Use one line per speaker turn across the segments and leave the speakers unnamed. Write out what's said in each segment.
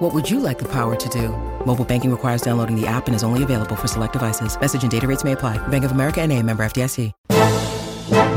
What would you like the power to do? Mobile banking requires downloading the app and is only available for select devices. Message and data rates may apply. Bank of America and a member FDIC.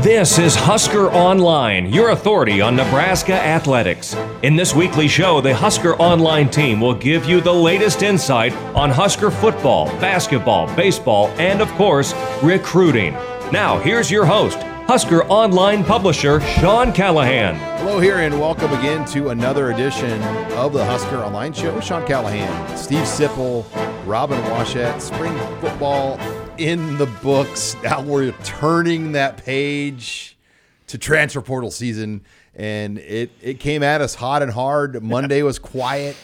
This is Husker Online, your authority on Nebraska athletics. In this weekly show, the Husker Online team will give you the latest insight on Husker football, basketball, baseball, and of course, recruiting. Now, here's your host, Husker Online publisher Sean Callahan.
Hello, here, and welcome again to another edition of the Husker Online Show. Sean Callahan, Steve Sipple, Robin Washett, spring football in the books. Now we're turning that page to transfer portal season, and it, it came at us hot and hard. Monday was quiet.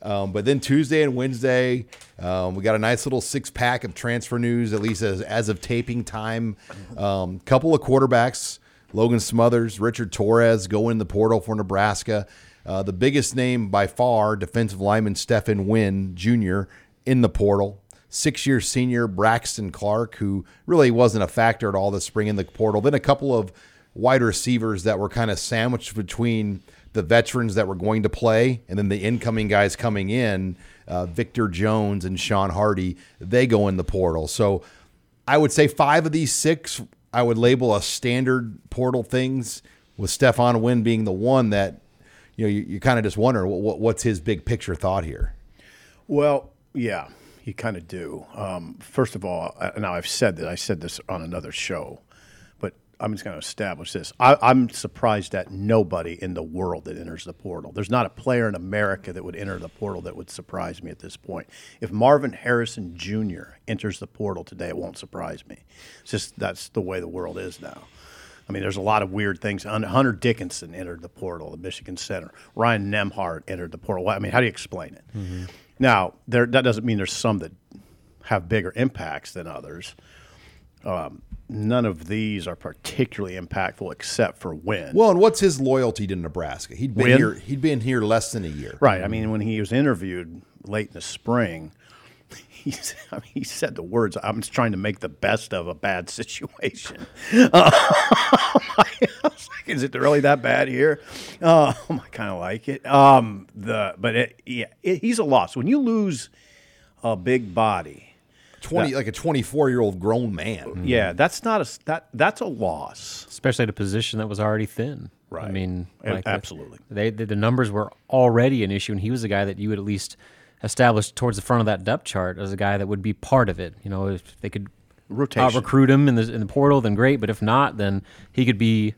Um, but then Tuesday and Wednesday, um, we got a nice little six pack of transfer news, at least as, as of taping time. Um, couple of quarterbacks, Logan Smothers, Richard Torres, go in the portal for Nebraska. Uh, the biggest name by far, defensive lineman Stephen Wynn Jr. in the portal. Six year senior Braxton Clark, who really wasn't a factor at all this spring in the portal. Then a couple of wide receivers that were kind of sandwiched between the veterans that were going to play and then the incoming guys coming in, uh, Victor Jones and Sean Hardy, they go in the portal. So I would say five of these six I would label as standard portal things, with Stefan Wynn being the one that you know you, you kind of just wonder what, what's his big picture thought here.
Well, yeah, you kind of do. Um, first of all, uh, now I've said that I said this on another show. I'm just going to establish this. I, am surprised that nobody in the world that enters the portal. There's not a player in America that would enter the portal that would surprise me at this point. If Marvin Harrison Jr. enters the portal today, it won't surprise me. It's just that's the way the world is now. I mean, there's a lot of weird things. Hunter Dickinson entered the portal, the Michigan Center. Ryan Nemhart entered the portal. I mean, how do you explain it? Mm-hmm. Now, there, that doesn't mean there's some that have bigger impacts than others. Um, none of these are particularly impactful except for Win.
Well, and what's his loyalty to Nebraska? He'd been
Wynn?
here. He'd been here less than a year.
Right. I mean, when he was interviewed late in the spring, he, s- I mean, he said the words, I'm just trying to make the best of a bad situation. Uh, I was like, is it really that bad here? Uh, I kind of like it. Um, the, but it, yeah, it, he's a loss. When you lose a big body,
Twenty like a twenty-four-year-old grown man.
yeah, that's not a s- that that's a loss.
especially at a position that was already thin.
Right.
I mean,
A-
the-
absolutely.
They, the the numbers were already an issue, and he was a guy that you would at least establish towards the front of that depth chart as a guy that would be part of it. You know, if they could uh,
Rotation.
recruit him in the in the portal, then great. But if not, then he could be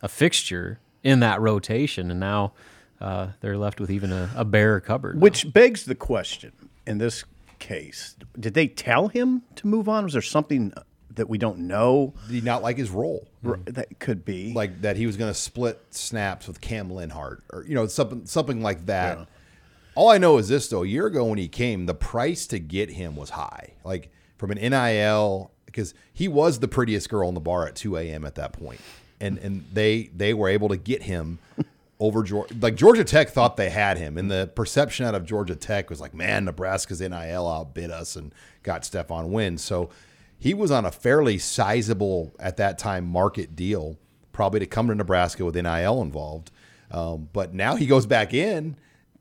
a fixture in that rotation. And now uh, they're left with even a, a bare cupboard. now.
Which begs the question in this case, did they tell him to move on? Was there something uh, that we don't know
Did he not like his role?
r- that could be?
Mm-hmm. Like that he was going to split snaps with Cam Linhart, or you know something something like that. All I know is this though: a year ago when he came, the price to get him was high, like from an NIL, because he was the prettiest girl on the bar at 2 a.m. at that point, and and they they were able to get him over Georgia. Like Georgia Tech thought they had him, and the perception out of Georgia Tech was like, man, Nebraska's NIL outbid us and got Stephon Wynn. So he was on a fairly sizable at that time market deal, probably to come to Nebraska with NIL involved. Um, but now he goes back in,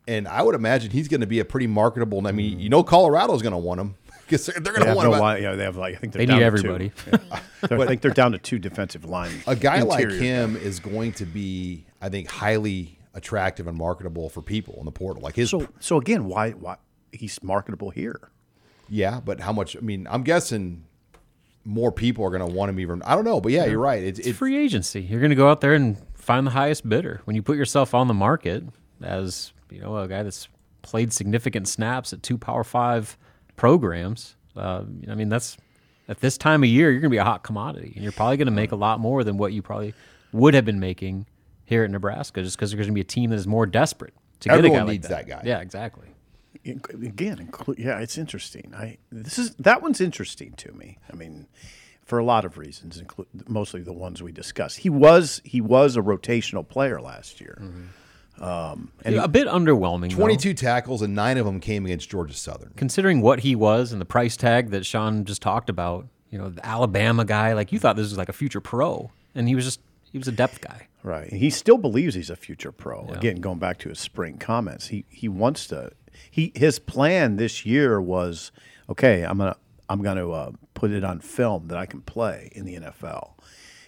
and I would imagine he's going to be a pretty marketable. I mean, you know, Colorado's going to want him because they're, they're going
they
to
have
want
no
him.
line, yeah, they have like I think they're
They
down
need
to
everybody.
Two. Yeah. They're- I think they're down to two defensive line.
a guy like
interior.
him is going to be, I think, highly attractive and marketable for people in the portal. Like his,
So so again, why why he's marketable here?
yeah, but how much? I mean, I'm guessing more people are going to want him. Even I don't know, but yeah, you're right. It's,
It's
it's
free agency. You're going to go out there and find the highest bidder. When you put yourself on the market as you know a guy that's played significant snaps at two Power Five programs, uh, I mean that's at this time of year you're going to be a hot commodity, and you're probably going to make a lot more than what you probably would have been making here at Nebraska, just because there's going to be a team that is more desperate to get
Everyone
a guy like
needs that guy.
Yeah, exactly.
In- Again, include, yeah, it's interesting. I this is that one's interesting to me. I mean, for a lot of reasons, including mostly the ones we discussed. He was he was a rotational player last year.
a bit underwhelming. though,
22 tackles and nine of them came against Georgia Southern.
considering what he was and the price tag that Sean just talked about. You know, the Alabama guy. Like you thought this was like a future pro, and he was just he was a depth guy.
Right. And he still believes he's a future pro. Again, going back to his spring comments, he he wants to. He his plan this year was okay. I'm gonna I'm gonna uh, put it on film that I can play in the NFL,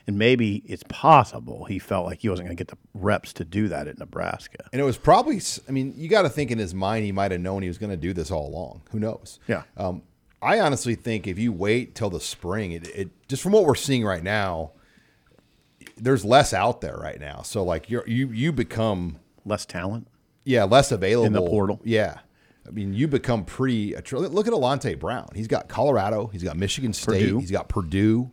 and maybe it's possible he felt like he wasn't gonna get the reps to do that at Nebraska.
And it was probably, s- I mean, you got to think in his mind, he might have known he was going to do this all along. Who knows?
Yeah.
Um, I honestly think if you wait till the spring, it, it just from what we're seeing right now, there's less out there right now. So like you're, you you become
Less talent.
yeah less available
portal.
Yeah, I mean you become pretty. attr- Look at Alante Brown. He's got Colorado. He's got Michigan State.
Purdue.
He's got Purdue,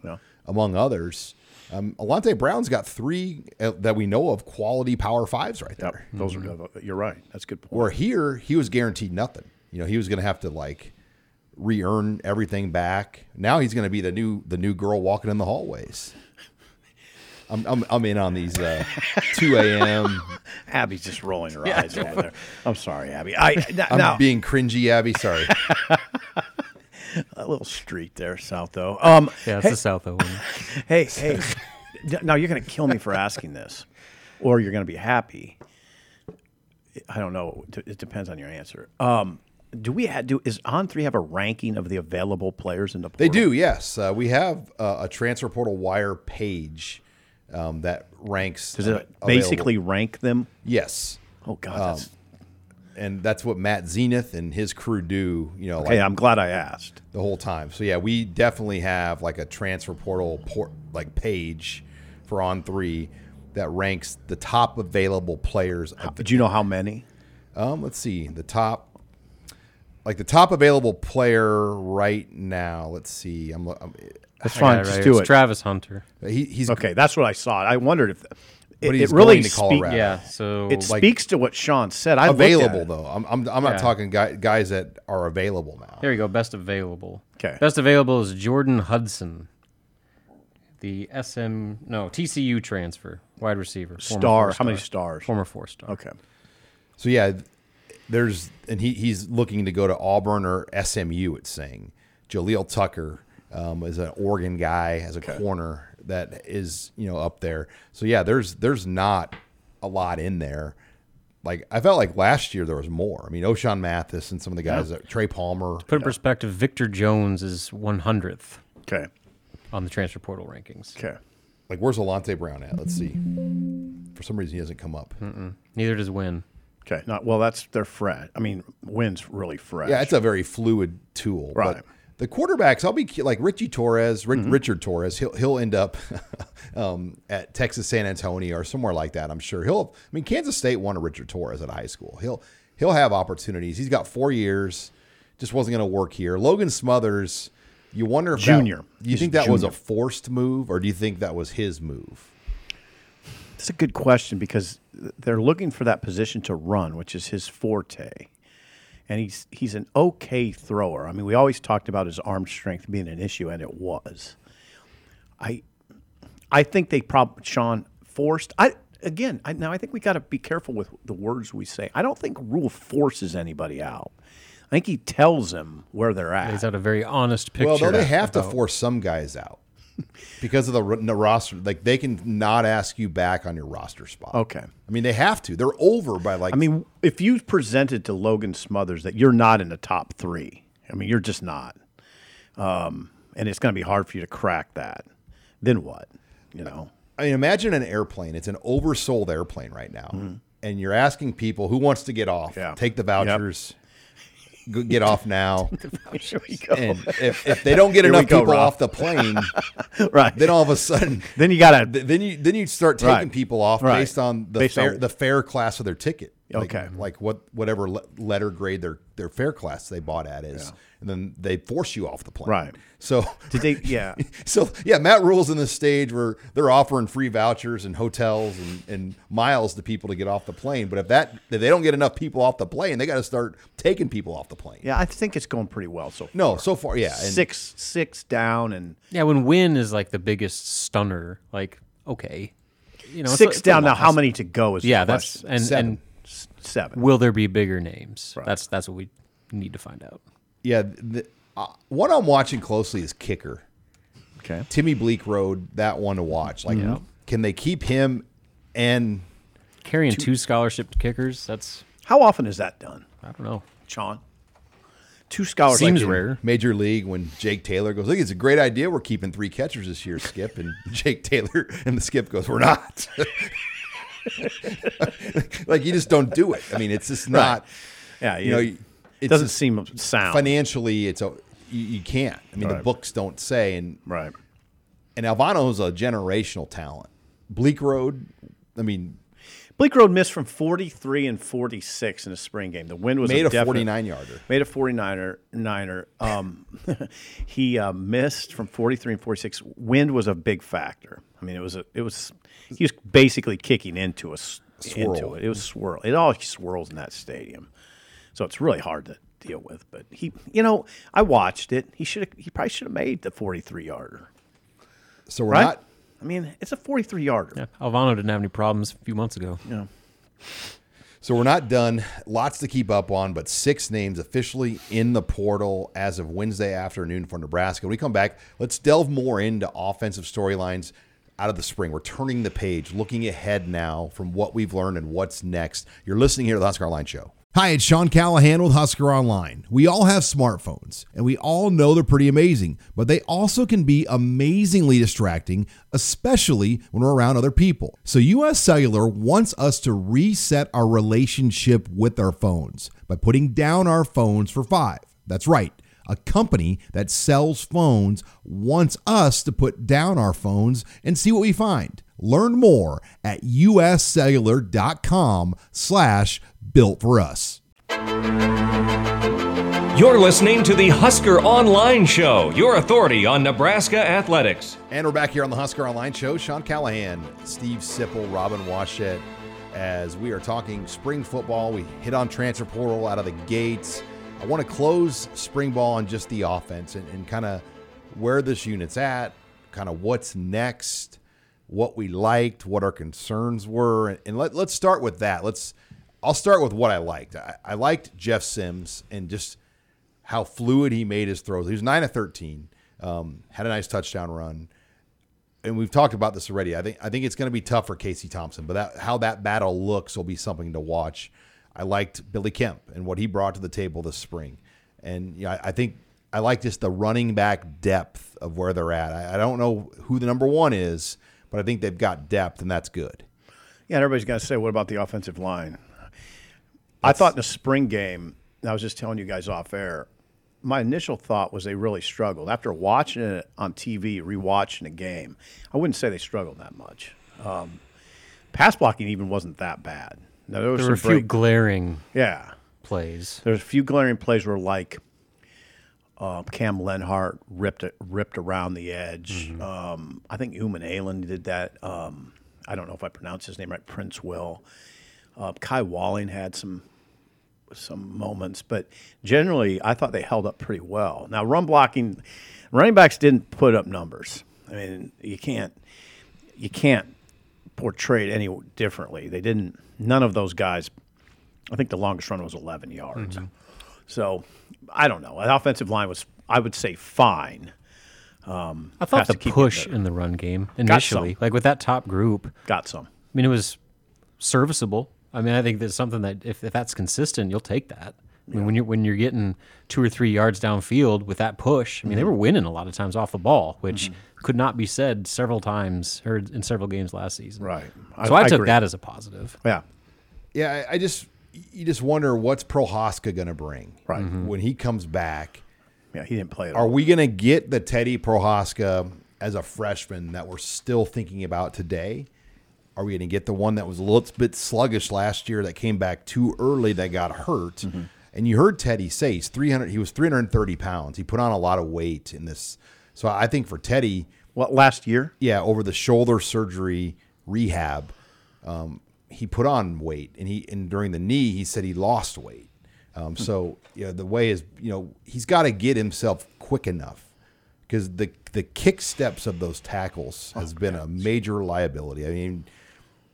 among others. Um, Alante Brown's got three uh, that we know of quality Power Fives right
Yep.
there.
Those are you're right. That's a good point.
Where here, he was guaranteed nothing. You know, he was going to have to like re-earn everything back. Now he's going to be the new the new girl walking in the hallways. I'm I'm, I'm in on these uh, 2 a.m.
Abby's just rolling her eyes over there. I'm sorry, Abby. I now,
I'm
now-
being cringy, Abby. Sorry.
a little street there south though. Um,
Yeah, it's
hey,
the South Owen.
Hey, hey. d- now you're going to kill me for asking this, or you're going to be happy. I don't know. It d- It depends on your answer. Um, do we ha- do is on three have a ranking of the available players in the
They
portal?
do, yes. Uh, we have uh, a transfer portal wire page um, that ranks.
Does it
available-
basically rank them?
yes,
Oh God. that's,
and that's what Matt Zenith and his crew do. You know, like,
hey, I'm glad I asked.
the whole time. So yeah, we definitely have like a transfer portal port like page for on three that ranks the top available players. Of the,
Do you know how many?
um, let's see the top, like the top available player right now. Let's see. I'm, I'm
That's
I got
fine.
it right
Just
here.
do
It's
it.
Travis Hunter.
he, he's
okay, that's what I saw. I wondered if. It,
he's
it really
going to
speak-
Colorado.
Yeah. So
It speaks to what Sean said. I looked at
available
it.
though. I'm I'm, I'm not talking guy, guys that are available now.
There you go. Best available.
'Kay.
Best available is Jordan Hudson, the SM no TCU transfer wide receiver. former
Star. How
four
many stars?
Former four star.
Okay.
So yeah, there's and he he's looking to go to Auburn or SMU. It's saying Jaleel Tucker um, is an Oregon guy as a corner that is you know up there. So yeah, there's there's not a lot in there. Like I felt like last year there was more. I mean, O'Shawn Mathis and some of the guys that Trey Palmer.
Put in perspective, Victor Jones is 100th
Okay.
on the transfer portal rankings.
Okay.
Like where's Alante Brown at? Let's see. For some reason he doesn't come up.
Neither does Win.
Okay. Not well. That's they're fresh. I mean, wind's really fresh.
Yeah, it's a very fluid tool.
Right. Mm-hmm.
But the quarterbacks, I'll be cu- like Richie Torres, Ri- Richard Torres. He'll he'll end up um, at Texas San Antonio or somewhere like that. I'm sure he'll. I mean, Kansas State wanted Richard Torres at high school. He'll he'll have opportunities. He's got four years. Just wasn't going to work here. Logan Smothers. You wonder if that-
Junior.
do you
He's
think that was a
junior.
forced move, or do you think that was his move?
That's a good question because they're looking for that position to run, which is his forte. And he's he's an okay thrower. I mean, we always talked about his arm strength being an issue, and it was. I I think they probably Sean forced. I again I, now I think we got to be careful with the words we say. I don't think Rule forces anybody out. I think he tells them where they're
He's
at.
had a very honest picture.
Well, though they have to force some guys out because of the, ro- the roster. Like they can not ask you back on your roster spot.
Okay.
I mean they have to. They're over by like.
I mean, if you presented to Logan Smothers that you're not in the top three, I mean, you're just not, um, and it's going to be hard for you to crack that. Then what? You know,
I mean imagine an airplane. It's an oversold airplane right now, and you're asking people who wants to get off.
Mm-hmm. Yeah.
Take the
Yep.
vouchers. Go, get off now.
here we go.
and if, if they don't get
Here we
enough
go,
people
Rob.
off the plane,
right?
then all of a sudden.
Then you got to
th- Then you then you start taking
Right.
people off
Right.
based on the
Based
fair
on-
the fair class of their ticket. Like-
Okay.
Like what whatever le- letter grade their their fare class they bought at is, and then they force you off the plane.
Right.
So
Did they? Yeah.
so yeah, Matt rules in this stage where they're offering free vouchers and hotels and, and miles to people to get off the plane. But if that if they don't get enough people off the plane, they got to start taking people off the plane.
Yeah, I think it's going pretty well so far.
No, so far, yeah, and-
six six down and
Yeah, when win is like the biggest stunner, like okay, you know, it's a-
six
it's a
down. Now,
loss.
how many to go is the
Yeah, that's
question.
and and
Seven.
seven.
will there be bigger names? That's that's what we need to find out.
yeah. The, uh, what I'm watching closely is kicker.
Okay.
Timmy Bleak Road, that one to watch. Like, can they keep him and
Carrying two, scholarship kickers, that's
How often is that done,
I don't know.
Sean? Two scholars
Seems
like you.
rare.
Major League when Jake Taylor goes, "Look, it's a great idea. We're keeping three catchers this year, Skip." And Jake Taylor and the Skip goes, "We're not." like you just don't do it. I mean, it's just not.
Yeah,
You know,
it
it's
doesn't
just
seem sound.
financially. It's a you, you can't. I mean, the books don't say. And
Right.
and Alvano's a generational talent. Bleak Road. I mean,
Bleak Road missed from 43 and 46 in the spring game. The wind was
made a
definite-
49 yarder.
Made a 49er. Niner. Um, he uh, missed from 43 and 46. Wind was a big factor. I mean, it was a, it was he was basically kicking into a s-
Swirl.
into it. It was swirl. It always swirls in that stadium, so it's really hard to deal with. But he, you know, I watched it. He should he probably should have made the 43 yarder,
So we're
right?
not.
I mean, it's a 43 yarder.
Yeah, Alvano didn't have any problems a few months ago.
So we're not done. Lots to keep up on, but six names officially in the portal as of Wednesday afternoon for Nebraska. When we come back, let's delve more into offensive storylines out of the spring. We're turning the page, looking ahead now from what we've learned and what's next. You're listening here to the Husker Online Show. Hi, it's Sean Callahan with Husker Online. We all have smartphones, and we all know they're pretty amazing, but they also can be amazingly distracting, especially when we're around other people. So, US Cellular wants us to reset our relationship with our phones by putting down our phones for five. That's right. A company that sells phones wants us to put down our phones and see what we find. Learn more at uscellular.com slash built for us.
You're listening to the Husker Online Show, your authority on Nebraska athletics.
And we're back here on the Husker Online Show. Sean Callahan, Steve Sipple, Robin Washett, as we are talking spring football. We hit on transfer portal out of the gates. I want to close spring ball on just the offense and, and kind of where this unit's at, kind of what's next, what we liked, what our concerns were, and, and let, let's start with that. Let's. I'll start with what I liked. I, I liked Jeff Sims and just how fluid he made his throws. He was nine of thirteen. Um, had a nice touchdown run, and we've talked about this already. I think I think it's going to be tough for Casey Thompson, but that how that battle looks will be something to watch. I liked Billy Kemp and what he brought to the table this spring, and yeah, I, I think I like just the running back depth of where they're at. I, I don't know who the number one is, but I think they've got depth, and that's good.
Yeah, and everybody's got to say, what about the offensive line? I thought in the spring game, and I was just telling you guys off air, my initial thought was they really struggled. After watching it on TV, rewatching the game, I wouldn't say they struggled that much. Um, pass blocking even wasn't that bad. Now, there was
There were a
some
few
break-
glaring
yeah.
plays.
There's a few glaring plays where like uh, Cam Lenhart ripped it, ripped around the edge. Um, I think Uman Allen did that. Um, I don't know if I pronounced his name right. Prince Will. Uh, Kai Walling had some some moments, but generally I thought they held up pretty well. Now run blocking, running backs didn't put up numbers. I mean you can't you can't portray it any differently. They didn't. None of those guys I think the longest run was 11 yards. So I don't know. The offensive line was, I would say, fine.
I
has
thought the
to keep
push
getting
in the run game initially, like with that top group, I
Got some.
mean, it was serviceable. I mean, I think that's something that if, if that's consistent, you'll take that. I mean, when you're when you're getting two or three yards downfield with that push, I mean, they were winning a lot of times off the ball, which could not be said several times or in several games last season.
Right.
So I, took
agree.
that as a positive.
Yeah.
Yeah, I, I just you just wonder what's Prohaska going to bring
Right.
when he comes back.
Mm-hmm. Yeah. He didn't play at
Are
all.
we going to get the Teddy Prohaska as a freshman that we're still thinking about today? Are we going to get the one that was a little bit sluggish last year that came back too early that got hurt?
Mm-hmm.
And you heard Teddy say he's 300. He was 330 pounds. He put on a lot of weight in this. So I think for Teddy,
What last year?
yeah, over the shoulder surgery rehab, um, he put on weight, and he and during the knee, he said he lost weight. Um, so you know, the way is you know he's got to get himself quick enough because the the kick steps of those tackles has been a major liability. I mean,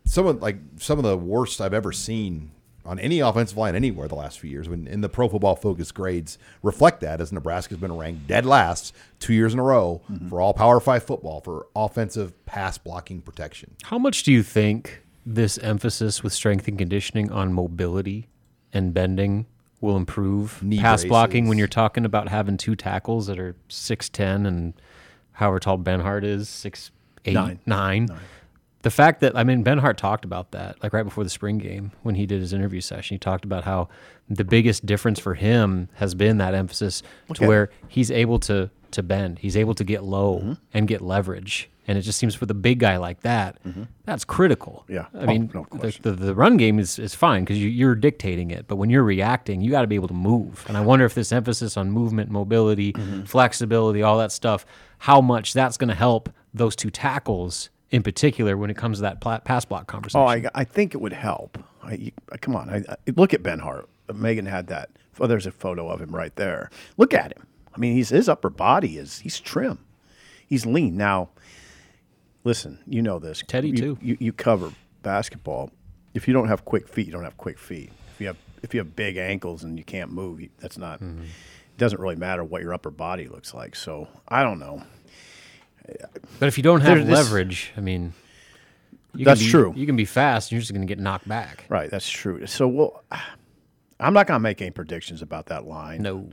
some of like some of the worst I've ever seen on any offensive line anywhere the last few years. When in the Pro Football Focus grades reflect that, as Nebraska's been ranked dead last two years in a row for all Power Five football for offensive pass blocking protection.
How much do you think this emphasis with strength and conditioning on mobility and bending will improve
Knee
pass blocking
braces.
when you're talking about having two tackles that are 6'10 and however tall Ben Hart is, six eight nine.
Nine.
The fact that, I mean, Ben Hart talked about that like right before the spring game when he did his interview session. He talked about how the biggest difference for him has been that emphasis to where he's able to to bend, he's able to get low
Mm-hmm.
and get leverage. And it just seems for the big guy like that, that's critical.
Mm-hmm. Yeah.
I
Oh,
mean,
no
the,
question.
the, the run game is, is fine because you, you're dictating it. But when you're reacting, you got to be able to move. And I wonder if this emphasis on movement, mobility,
Mm-hmm.
flexibility, all that stuff, how much that's going to help those two tackles in particular when it comes to that pla- pass block conversation.
Oh, I, I think it would help. I, you, I- come on, I, I, look at Ben Hart. Uh, Megan had that. Oh, there's a photo of him right there. Look at him. I mean, he's, his upper body is he's trim, he's lean. Now, listen, you know this.
Teddy,
you,
too.
You, you cover basketball. If you don't have quick feet, you don't have quick feet. If you have if you have big ankles and you can't move, you, that's not.
Mm-hmm.
It doesn't really matter what your upper body looks like. So I don't know.
but if you don't have
There's Oh, this-
leverage, I mean, you can
That's
be-
true.
You can be fast, and you're just going to get knocked back.
Right, that's true. So well, I'm not gonna make any predictions about that line.
No.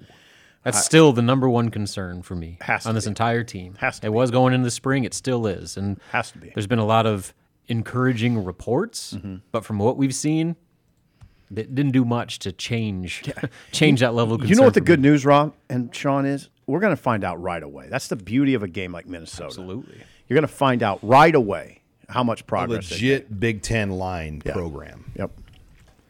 That's still the number one concern for me
Has to
on this
be.
entire team.
Has to
it
be.
was going into the spring. It still is, and
Has to be. Mm-hmm.
There's been a lot of encouraging reports, but from what we've seen, it didn't do much to change change that level. Of concern
You know what the
for
good news, Rob and Sean, is? We're going to find out right away. That's the beauty of a game like Minnesota.
Absolutely.
You're going to find out right away how much progress. they-
Legit Big Ten line program.
Yep.
me.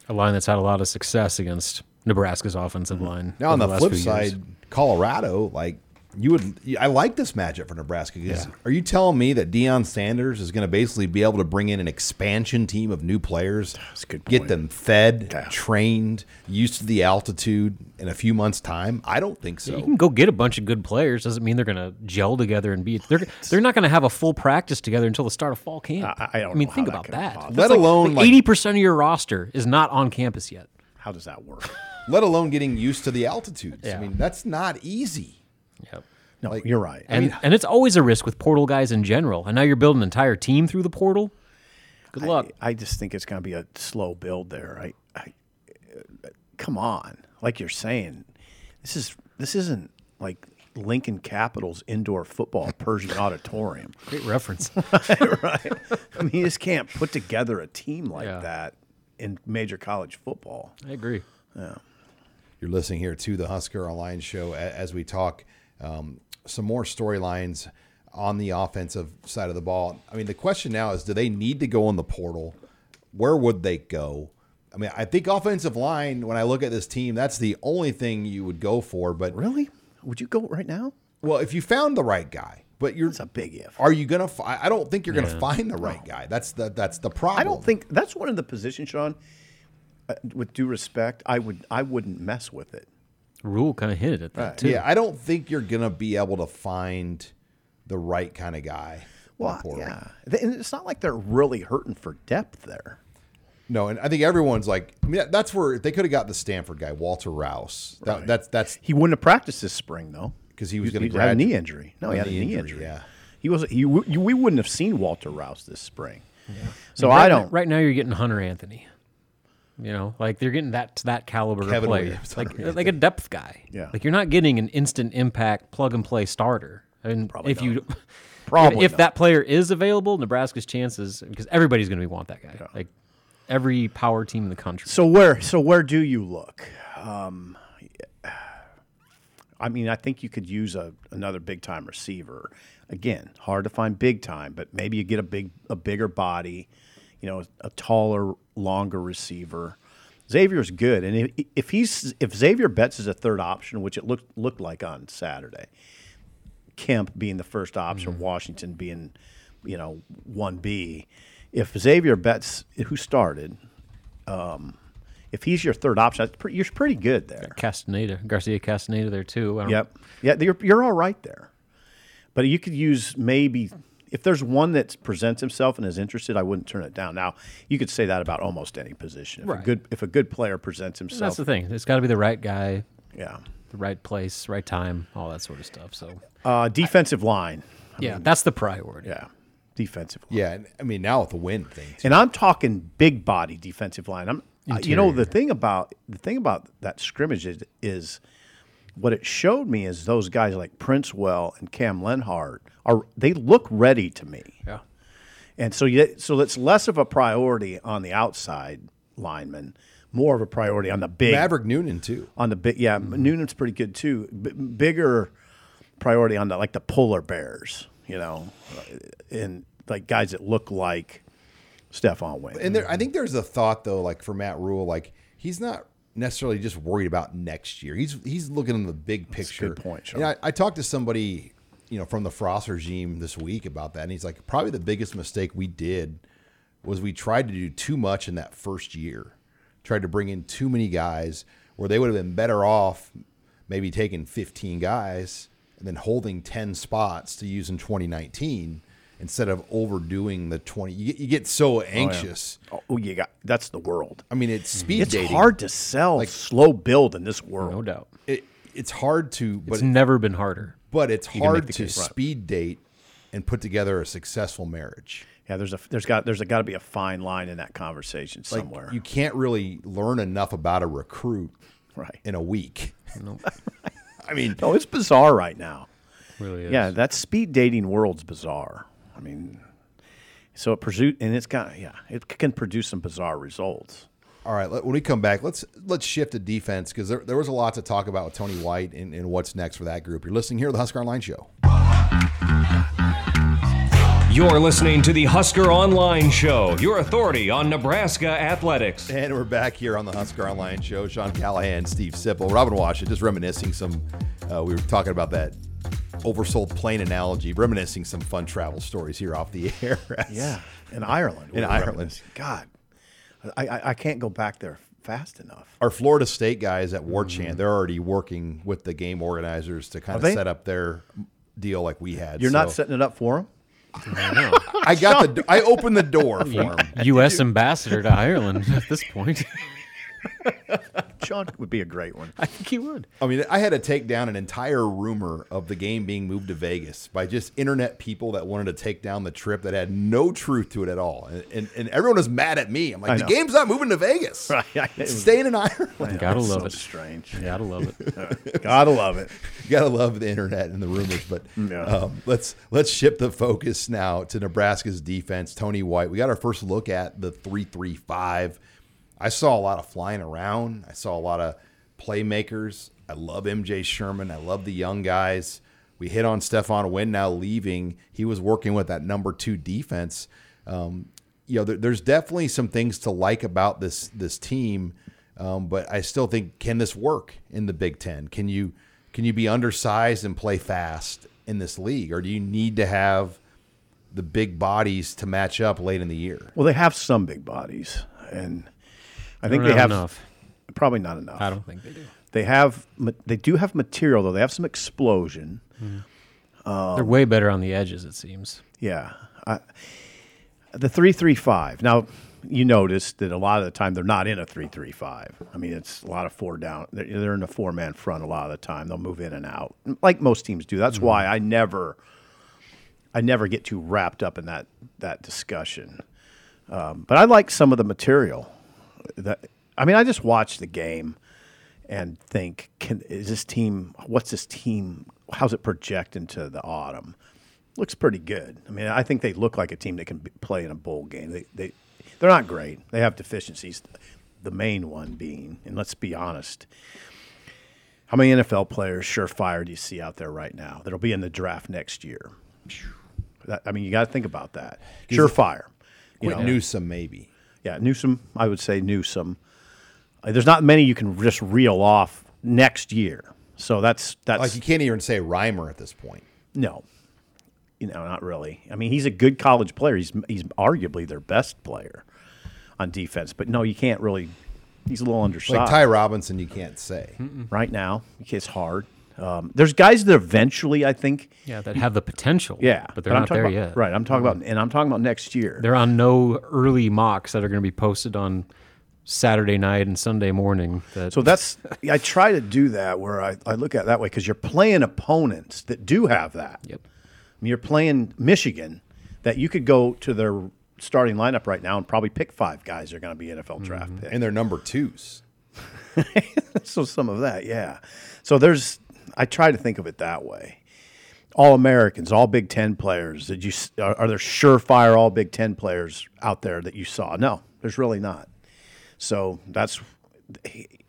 a line that's had a lot of success against Nebraska's offensive
Mm-hmm.
line.
Now on
over
the,
last
flip
few years.
side, Colorado, like you would, I like this matchup for Nebraska. 'cause Are you telling me that Deion Sanders is going to basically be able to bring in an expansion team of new players,
That's a good
get
point.
them fed,
Yeah.
trained, used to the altitude in a few months' time? I don't think so.
you can go get a bunch of good players. Doesn't mean they're going to gel together and be. They're they're not going to have a full practice together until the start of fall camp.
I- I don't
mean,
know how
think
that
about
can
that.
possibly-
Let alone, like-
eighty percent of your roster is not on campus yet.
How does that work?
Let alone getting used to the altitudes.
Yeah.
I mean, that's not easy.
Yep.
No, you're right.
And and it's always a risk with portal guys in general. And now you're building an entire team through the portal. Good luck.
I, I just think it's going to be a slow build there. I, I, uh, come on, like you're saying, this is this isn't like Lincoln Capital's indoor football Persian Auditorium.
Great reference.
I mean, you just can't put together a team like
Yeah.
that in major college football.
I agree.
You're listening here to the Husker Online Show a- as we talk um, some more storylines on the offensive side of the ball. I mean, the question now is do they need to go in the portal? Where would they go? I mean, I think offensive line, when I look at this team, that's the only thing you would go for. But
Really? Would you go right now?
well, if you found the right guy, but you're.
It's a big if.
Are you gonna? Fi- I don't think you're gonna find the right guy. That's the that's the problem.
I don't think that's one of the positions, Sean. Uh, with due respect, I would I wouldn't mess with it.
Rule kind of hinted at that too.
Yeah, I don't think you're gonna be able to find the right kind of guy. in the
Well,
portal.
yeah, Th- and it's not like they're really hurting for depth there.
No, and I think everyone's like, I mean, that's where they could have got the Stanford guy, Walter Rouse. That, That's that's
He wouldn't have practiced this spring though,
'Cause he was
He's-
gonna
he's had a knee
graduate.
injury. No, he had a knee injury.
Yeah,
He wasn't. He, w- you, we wouldn't have seen Walter Rouse this spring. So I don't.
Right now you're getting Hunter Anthony. You know, like they're getting that to that caliber of
Kevin
player,
Williams,
like
Hunter
like a depth guy.
Yeah.
Like you're not getting an instant impact plug and play starter. And if you
Probably
if
not.
that player is available, Nebraska's chances because everybody's going to want that guy. Like every power team in the country.
So where so where do you look? Um, I mean, I think you could use a another big time receiver. Again, hard to find big time, but maybe you get a big a bigger body. you know, a taller, longer receiver. Xavier's good, and if, if he's if Xavier Betts is a third option, which it looked looked like on Saturday, Kemp being the first option, Washington being, you know, one B. If Xavier Betts, who started, um, if he's your third option, that's pretty, you're pretty good there.
Castaneda, Garcia Castaneda there too. I don't,
Yep. Yeah, you're, you're all right there. But you could use maybe if there's one that presents himself and is interested, I wouldn't turn it down. Now you could say that about almost any position. If a
Right.
good if a good player presents himself,
That's the thing. It's got to be the right guy,
yeah.
the right place, right time, all that sort of stuff. So
Uh, defensive line,
yeah, that's the priority.
yeah, defensive line.
Yeah, and, I mean now with the wind thing. too.
And I'm talking big body defensive line. I'm uh, you know the thing about the thing about that scrimmage is, is what it showed me is those guys like Princewell and Cam Lenhart are they look ready to me.
Yeah.
And so you, so it's less of a priority on the outside lineman, more of a priority on the big
Maverick Noonan too.
on the big yeah,
Mm-hmm.
Noonan's pretty good too. B- bigger priority on the like the polar bears, you know, uh, and like guys that look like Stephon Wayne.
And there, I think there's a thought though, like for Matt Rule, like he's not necessarily just worried about next year. He's he's looking in the big picture.
good point, Sean.
And I, I talked to somebody, you know, from the Frost regime this week about that, and he's like, probably the biggest mistake we did was we tried to do too much in that first year. Tried to bring in too many guys where they would have been better off maybe taking 15 guys and then holding 10 spots to use in 2019 instead of overdoing the 20. You get, you get so anxious.
oh, you got that's the world.
I mean, it's speed
It's
dating.
hard to sell slow build in this world.
No doubt.
It, it's hard to, but
It's never been harder.
but it's hard
the
to
case. Right.
speed date and put together a successful marriage.
Yeah, there's a there's got there's got to be a fine line in that conversation
Like,
somewhere.
you can't really learn enough about a recruit
right.
in a week.
I mean, oh, it's bizarre right now.
Really is.
Yeah, that speed dating world's bizarre. I mean, so it pursuit and it's got yeah, it c- can produce some bizarre results.
All right, let, when we come back, let's let's shift to defense because there, there was a lot to talk about with Tony White and, and what's next for that group. You're listening here to the Husker Online Show.
You're listening to the Husker Online Show, your authority on Nebraska athletics.
And we're back here on the Husker Online Show. Sean Callahan, Steve Sipple, Robin Washington, just reminiscing some. Uh, we were talking about that oversold plane analogy, reminiscing some fun travel stories here off the air.
in Ireland.
In
we were
Ireland.
reminiscing. God, I, I I can't go back there fast enough.
Our Florida State guys at Warchant, they're already working with the game organizers to kind
Mm-hmm. Are
of
they?
set up their deal like we had.
You're not
So
setting it up for them.
I got the. I opened the door for him.
U.S. ambassador to Ireland at this point.
Sean would be a great one.
I think he would.
I mean, I had to take down an entire rumor of the game being moved to Vegas by just internet people that wanted to take down the trip that had no truth to it at all. And, and, and everyone was mad at me. I'm like,
I
the
know.
game's not moving to Vegas.
Right. I- it
It's
was-
staying in Ireland.
Gotta
That's
love
so
it.
Strange.
Gotta love it.
Gotta love it.
You gotta love the internet and the rumors, but
Yeah.
um, let's let's shift the focus now to Nebraska's defense. Tony White, we got our first look at the three three five. I saw a lot of flying around. I saw a lot of playmakers. I love MJ Sherman. I love the young guys. We hit on Stefan Wynn now leaving. He was working with that number two defense. Um, you know, there, there's definitely some things to like about this this team, um, but I still think can this work in the Big Ten? Can you can you be undersized and play fast in this league, or do you need to have the big bodies to match up late in the year?
Well, they have some big bodies, and I think
Not
they have
enough.
Probably not enough.
I don't think they do.
They have ma- they do have material though. They have some explosion. Um,
They're way better on the edges, it seems.
Yeah. I, the 335. Now, you notice that a lot of the time they're not in a 335. I mean, it's a lot of four down. They're, they're in a four man front a lot of the time. They'll move in and out, like most teams do. That's why I never. I never get too wrapped up in that that discussion, um, but I like some of the material. That I mean, I just watch the game and think, can is this team? What's this team? How's it project into the autumn? Looks pretty good. I mean, I think they look like a team that can be, play in a bowl game. They they they're not great. They have deficiencies. The main one being, and let's be honest, how many NFL players surefire do you see out there right now that'll be in the draft next year? That, I mean, you got to think about that. Surefire. You
Quit
know?
Newsom, maybe.
Yeah, Newsom. I would say Newsom. Uh, There's not many you can just reel off next year. So that's that's
Like you can't even say Reimer at this point.
no, you know, not really. I mean, he's a good college player. He's he's arguably their best player on defense. But no, you can't really. He's a little undersized.
Like Ty Robinson, you can't say.
right now. It's hard. Um, there's guys that eventually, I think,
Yeah, that have the potential.
yeah,
but they're
I'm
not
talking
there
about-
yet.
Right, I'm talking about, and I'm talking about next year.
They're on no early mocks that are going to be posted on Saturday night and Sunday morning. That
so that's I try to do that where I, I look at it that way because you're playing opponents that do have that.
Yep.
I mean, you're playing Michigan that you could go to their starting lineup right now and probably pick five guys that are going to be NFL draft picks.
And they're number twos.
so some of that, yeah. So there's, I try to think of it that way. All Americans, all Big Ten players. Did you s- are, are there surefire all Big Ten players out there that you saw? No, there's really not. So that's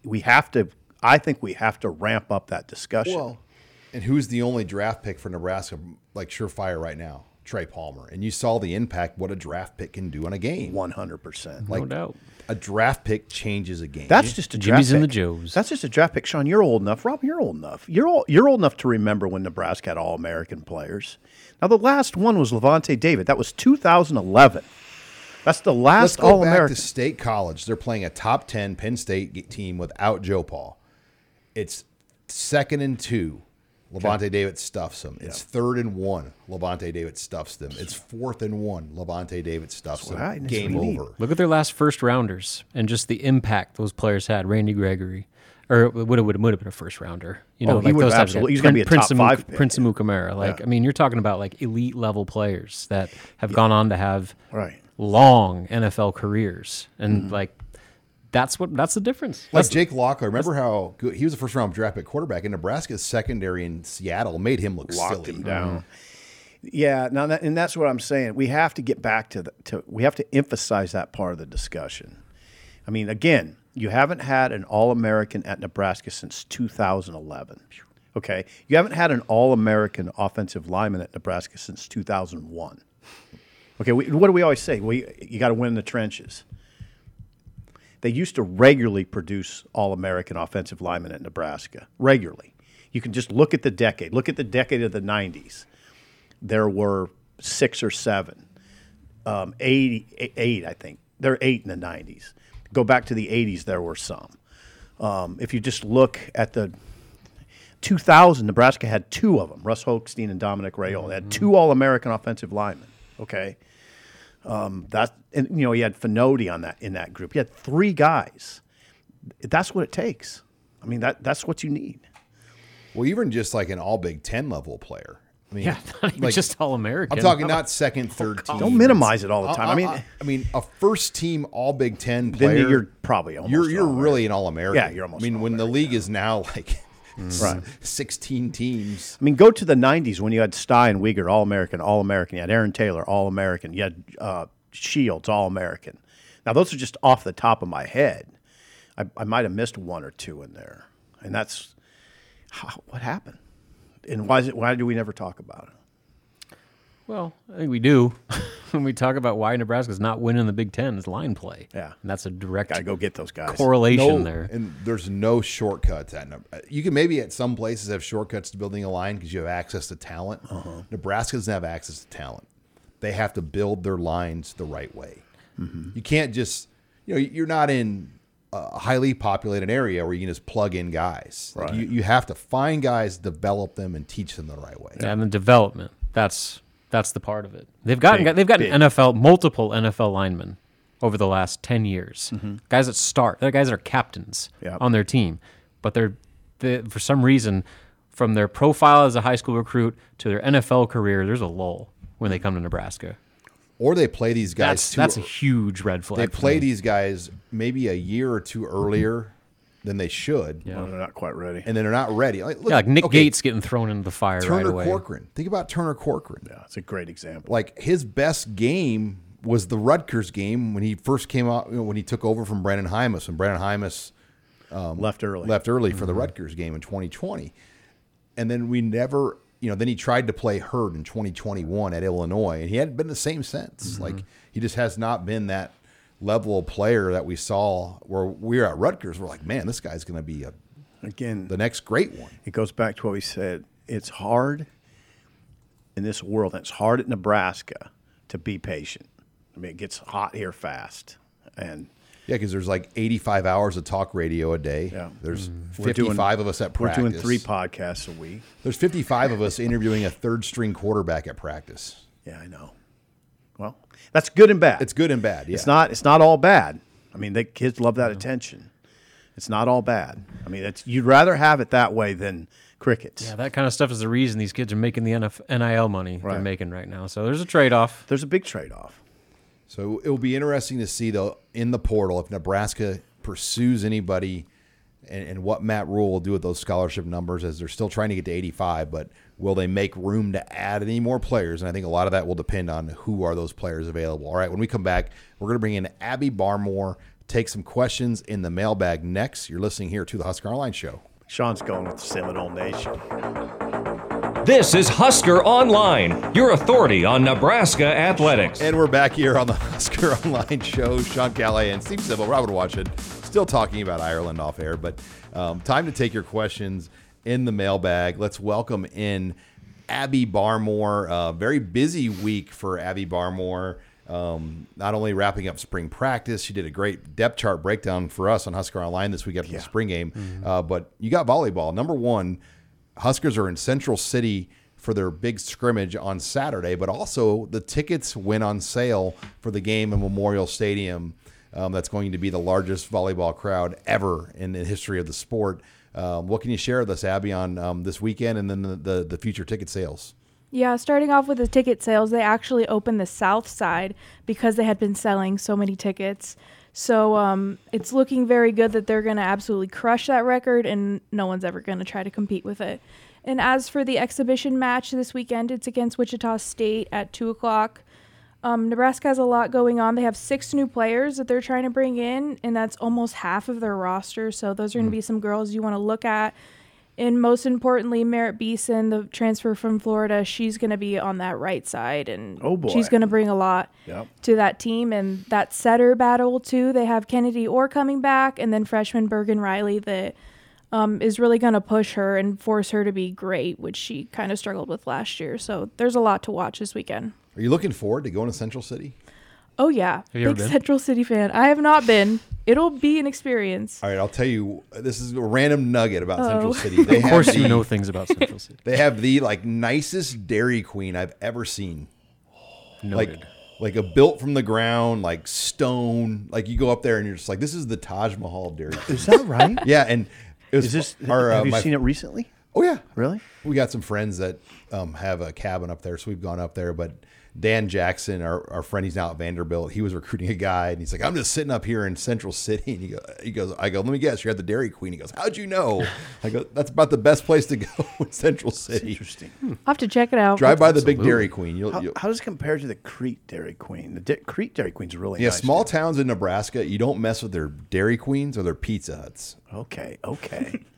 we have to. I think we have to ramp up that discussion.
Well, and who's the only draft pick for Nebraska, like surefire right now? Trey Palmer. And you saw the impact what a draft pick can do on a game.
One hundred percent.
no
like-
doubt.
A draft pick changes a game.
That's just a draft
Jimmy's
pick.
and the Joes.
That's just a draft pick. Sean, you're old enough. Rob, you're old enough. You're all, you're old enough to remember when Nebraska had All American players. Now the last one was Levante David. That was 2011. That's the
Let's
last
go
All
back
American.
to State College. They're playing a top 10 Penn State ge- team without Joe Paul. It's second and two. Levante David stuffs them. It's third and one. Levante David stuffs them. It's fourth and one. Levante David stuffs them.
what I- that's
Game
what you need.
over.
Look at their last first rounders and just the impact those players had. Randy Gregory, or it would have would have been a first rounder. You know,
Oh, he
like
would
those
have
types of
absolutely-
guys.
he's gonna be a
Prince
top
Amu-
five pick,
Prince
yeah.
Amukamara. Like I mean, you're talking about like elite level players that have gone on to have
Right. Mm-hmm.
long NFL careers, and like that's what that's the difference.
Like Jake Locklear, remember how good he was a first round draft pick quarterback in Nebraska's secondary in Seattle made him look
Locked
silly. Mm-hmm.
him down. Yeah, now that, and that's what I'm saying. We have to get back to the to we have to emphasize that part of the discussion. I mean, again, you haven't had an All American at Nebraska since 2011. Okay, you haven't had an All American offensive lineman at Nebraska since 2001. Okay, we, what do we always say? We you got to win in the trenches. They used to regularly produce All American offensive linemen at Nebraska. Regularly, you can just look at the decade. Look at the decade of the 90s there were six or seven, um, eight, eight, I think. There are eight in the 90s. Go back to the 80s, there were some. Um, if you just look at the 2000, Nebraska had two of them, Russ Holstein and Dominic Rayola.
Mm-hmm.
They had two All American offensive linemen. Okay. Um, that, and, you know, you had Finodi on that, in that group. You had three guys. That's what it takes. I mean, that, that's what you need.
Well, even just like an all Big Ten level player. I mean,
yeah, not even
like-
just all American.
I'm talking not second, third team.
Oh, Don't minimize it all the
Uh,
time.
uh,
I mean-
uh, I mean, a first team All Big Ten
Then
player.
you're probably almost
you're, you're
all there.
really an All American.
Yeah, you're almost
I mean,
an
when the league is now like s-
Right.
16 teams,
I mean, go to the '90s when you had Stein, Uyghur, All American, All American. You had Aaron Taylor, All American. You had uh, Shields, All American. Now those are just off the top of my head. I, I might have missed one or two in there, and that's how, what happened. And why is it? Why do we never talk about it?
Well, I think we do when we talk about why Nebraska's not winning the Big Ten is line play.
Yeah.
and that's a direct
Got to go get those guys.
correlation
no,
there.
and there's no shortcuts. At Neb- you can maybe at some places have shortcuts to building a line because you have access to talent. Nebraska doesn't have access to talent. They have to build their lines the right way. You can't just, you know, you're not in a highly populated area where you can just plug in guys. Like, you, you have to find guys, develop them, and teach them the right way.
and the development. That's that's the part of it. They've gotten
Big,
they've gotten
big.
NFL multiple NFL linemen over the last ten years.
Mm-hmm.
Guys that start, they're guys that are captains
Yep.
on their team, but they're they, for some reason from their profile as a high school recruit to their NFL career, there's a lull when they come to Nebraska.
Or they play these guys
That's
too
that's a huge red flag.
they
for
play
me.
these guys maybe a year or two earlier than they should.
Well, they're not quite ready.
And then they're not ready. Like, look,
yeah, like Nick
okay,
Gates getting thrown into the fire right
Turner
away.
Corcoran. Think about Turner Corcoran.
yeah, it's a great example.
Like his best game was the Rutgers game when he first came out, you know, when he took over from Brandon Hymus, and Brandon Hymus
left early.
Mm-hmm.
left early for the Rutgers game in 2020. And then we never you know, then he tried to play Hurd in 2021 at Illinois, and he hadn't been the same since.
Mm-hmm.
Like he just has not been that level of player that we saw where we were at Rutgers. We're like, man, this guy's going to be a,
Again,
the next great one.
it goes back to what we said. It's hard in this world, and it's hard at Nebraska to be patient. I mean, it gets hot here fast, and
Yeah, because there's like 85 hours of talk radio a day.
Yeah. Mm.
There's
We're doing-
55 of us at practice.
we're doing three podcasts a week.
There's 55 of us interviewing a third string quarterback at practice.
Yeah, I know. Well, that's good and bad.
It's good and bad. Yeah.
It's not. It's not all bad. I mean, the kids love that attention. It's not all bad. I mean, it's, you'd rather have it that way than crickets.
Yeah, that kind of stuff is the reason these kids are making the NF- NIL money
Right.
they're making right now. So there's a trade off.
There's a big trade-off.
So it'll be interesting to see though in the portal if Nebraska pursues anybody and, and what Matt Rule will do with those scholarship numbers as they're still trying to get to 85, but will they make room to add any more players? And I think a lot of that will depend on who are those players available. All right, when we come back, we're going to bring in Abby Barmore, take some questions in the mailbag next. You're listening here to the Husker Online Show.
Sean's going with the Seminole Nation.
This is Husker Online, your authority on Nebraska athletics.
And we're back here on the Husker Online Show. Sean Callahan, Steve Sibyl, Robert Watchin, still talking about Ireland off air, but um, time to take your questions in the mailbag. Let's welcome in Abby Barmore. Uh, very busy week for Abby Barmore. Um, not only wrapping up spring practice, she did a great depth chart breakdown for us on Husker Online this week after the spring game. Uh, but you got volleyball. Number one, Huskers are in Central City for their big scrimmage on Saturday, but also the tickets went on sale for the game in Memorial Stadium. Um, that's going to be the largest volleyball crowd ever in the history of the sport. Um, what can you share with us, Abby, on um, this weekend and then the, the, the future ticket sales?
Yeah, starting off with the ticket sales, they actually opened the south side because they had been selling so many tickets. So um, it's looking very good that they're going to absolutely crush that record and no one's ever going to try to compete with it. And as for the exhibition match this weekend, it's against Wichita State at 2 o'clock. Um, Nebraska has a lot going on. They have six new players that they're trying to bring in, and that's almost half of their roster. So those are
Mm.
going to be some girls you want to look at. And most importantly, Merritt Beeson, the transfer from Florida, she's going to be on that right side, and
Oh, boy.
she's going to bring a lot
Yep.
to that team. And that setter battle too. They have Kennedy Orr coming back, and then freshman Bergen Riley that um, is really going to push her and force her to be great, which she kind of struggled with last year. So there's a lot to watch this weekend.
Are you looking forward to going to Central City?
Oh yeah,
you ever
big
been?
Central City fan. I have not been. It'll be an experience.
All right, I'll tell you. This is a random nugget about Central City. They
Oh. Of course,
have
you
the-
know things about Central City.
They have the like nicest Dairy Queen I've ever seen.
Noted.
Like like a built from the ground, like stone. Like you go up there and you're just like, this is the Taj Mahal Dairy Queen.
Is that right?
yeah, and it was
Is this?
our, uh,
have you
my-
seen it recently?
Oh yeah,
Really?
we got some friends that um, have a cabin up there, so we've gone up there. But Dan Jackson, our, our friend, he's now at Vanderbilt. He was recruiting a guy, and he's like, "I'm just sitting up here in Central City." And he goes, "He goes, I go, let me guess, you're at the Dairy Queen." He goes, "How'd you know?" I go, "That's about the best place to go in Central City.
Interesting.
I'll have to check it out.
Drive by the big Dairy Queen. You'll,
How,
you'll
how does it compare to the Crete Dairy Queen? The Di- Crete Dairy Queen's really
yeah,
nice.
small towns in Nebraska, you don't mess with their Dairy Queens or their Pizza Huts.
Okay, okay.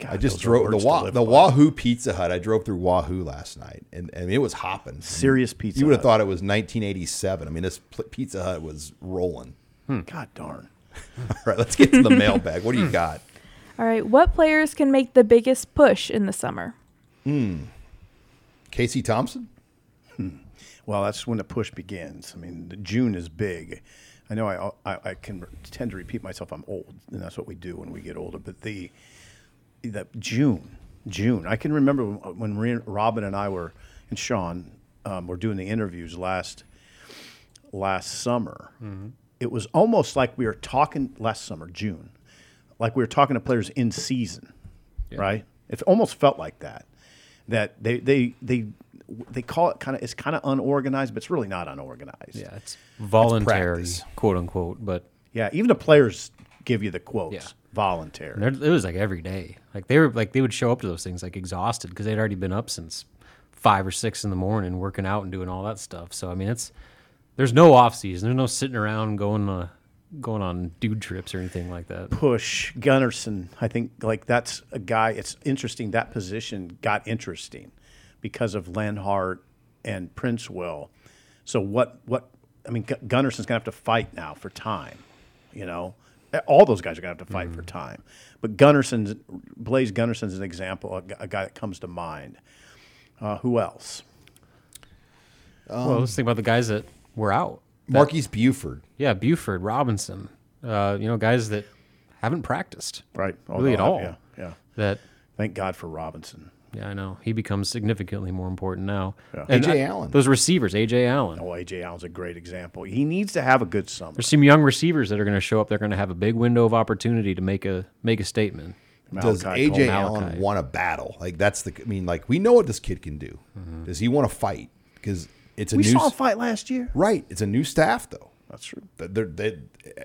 God,
I just
those are
drove the
words to
Wa-
live
the
by.
Wahoo Pizza Hut. I drove through Wahoo last night, and, and it was hopping.
Serious Pizza
You would have
Hut.
thought it was 1987. I mean, this pl- Pizza Hut was rolling.
Hmm. God darn.
All right, let's get to the mailbag. What do
Hmm.
you got?
All right, what players can make the biggest push in the summer?
Casey Thompson.
Well, that's when the push begins. I mean, the June is big. I know I, I, I can tend to repeat myself. I'm old, and that's what we do when we get older. But the the June, June. I can remember uh, when we- Robin and I were and Sean um, were doing the interviews last last summer.
Mm-hmm.
It was almost like we were talking last summer, June, like we were talking to players in season, right? It almost felt like that. That they they they they call it kind of it's kind of unorganized, but it's really not unorganized.
yeah, it's voluntary,
practice.
quote unquote. But
Yeah, even the players give you the quotes.
Yeah.
Voluntary.
they're- it was like every day. Like they were like they would show up to those things like exhausted because they'd already been up since five or six in the morning working out and doing all that stuff. So I mean, it's there's no off season. There's no sitting around going uh, going on dude trips or anything like that.
push Gunnarsson. I think like that's a guy. It's interesting that position got interesting because of Lenhart and Princewell. So what? What? I mean, Gu- Gunnarsson's gonna have to fight now for time. You know, all those guys are gonna have to fight for
Mm-hmm.
time. But Gunnarsson's Blaze Gunnarsson's an example, a, gu- a guy that comes to mind. Uh, who else?
well,
Um,
let's think about the guys that were out.
Marquise Buford.
Yeah, Buford, Robinson, uh, you know, guys that haven't practiced
Right?
really at
Although,
all.
Oh, Yeah, yeah.
That
Thank God for Robinson.
yeah, I know he becomes significantly more important now.
A.J.
I-
Allen.
those receivers, AJ Allen.
Oh, AJ Allen's a great example. He needs to have a good summer.
There's some young receivers that are going to show up. They're going to have a big window of opportunity to make a make a statement.
Does
Malachi
AJ
Cole,
Allen
Malachi.
want a battle? Like that's the. I mean, like we know what this kid can do. Does he want to fight? Because it's a
Mm-hmm. We
new
saw a
s-
fight last year.
right. It's a new staff though.
That's true.
That They're they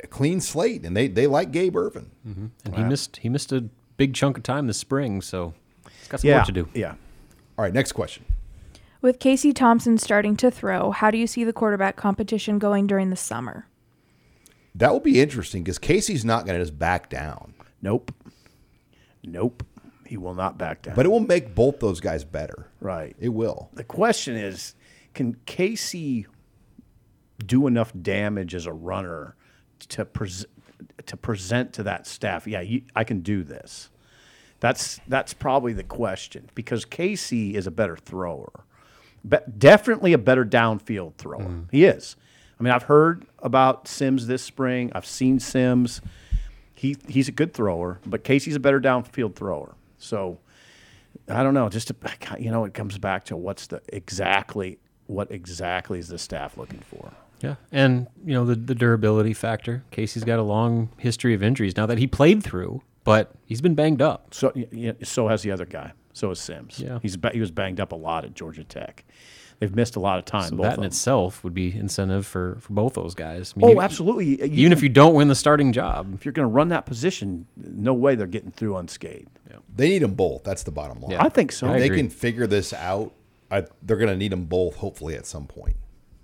a clean slate, and they they like Gabe Irvin.
Mm-hmm.
And he missed he missed a big chunk of time this spring, so he's got some work to do.
Yeah.
All right, next question.
With Casey Thompson starting to throw, how do you see the quarterback competition going during the summer?
That will be interesting because Casey's not going to just back down,
Nope. Nope. He will not back down.
but it will make both those guys better.
right.
It will.
the question is, can Casey do enough damage as a runner to pres to present to that staff? Yeah, you, I can do this. That's that's probably the question because Casey is a better thrower, but definitely a better downfield thrower. He is. I mean, I've heard about Sims this spring. I've seen Sims. He he's a good thrower, but Casey's a better downfield thrower. So I don't know. Just to, you know, it comes back to what's the exactly what exactly is the staff looking for?
Yeah, and you know the the durability factor. Casey's got a long history of injuries now that he played through, but he's been banged up.
So y- y- so has the other guy. So is Sims.
Yeah.
he's ba- he was banged up a lot at Georgia Tech. They've missed a lot of time.
So
both
that
of
in
them.
itself would be incentive for for both those guys. I mean,
oh,
even-
absolutely. You-
Even if you don't win the starting job,
if you're going to run that position, no way they're getting through unscathed.
They need them both. That's the bottom line.
I think so.
I
they
agree.
can figure this out. I, they're going to need them both, hopefully, at some point.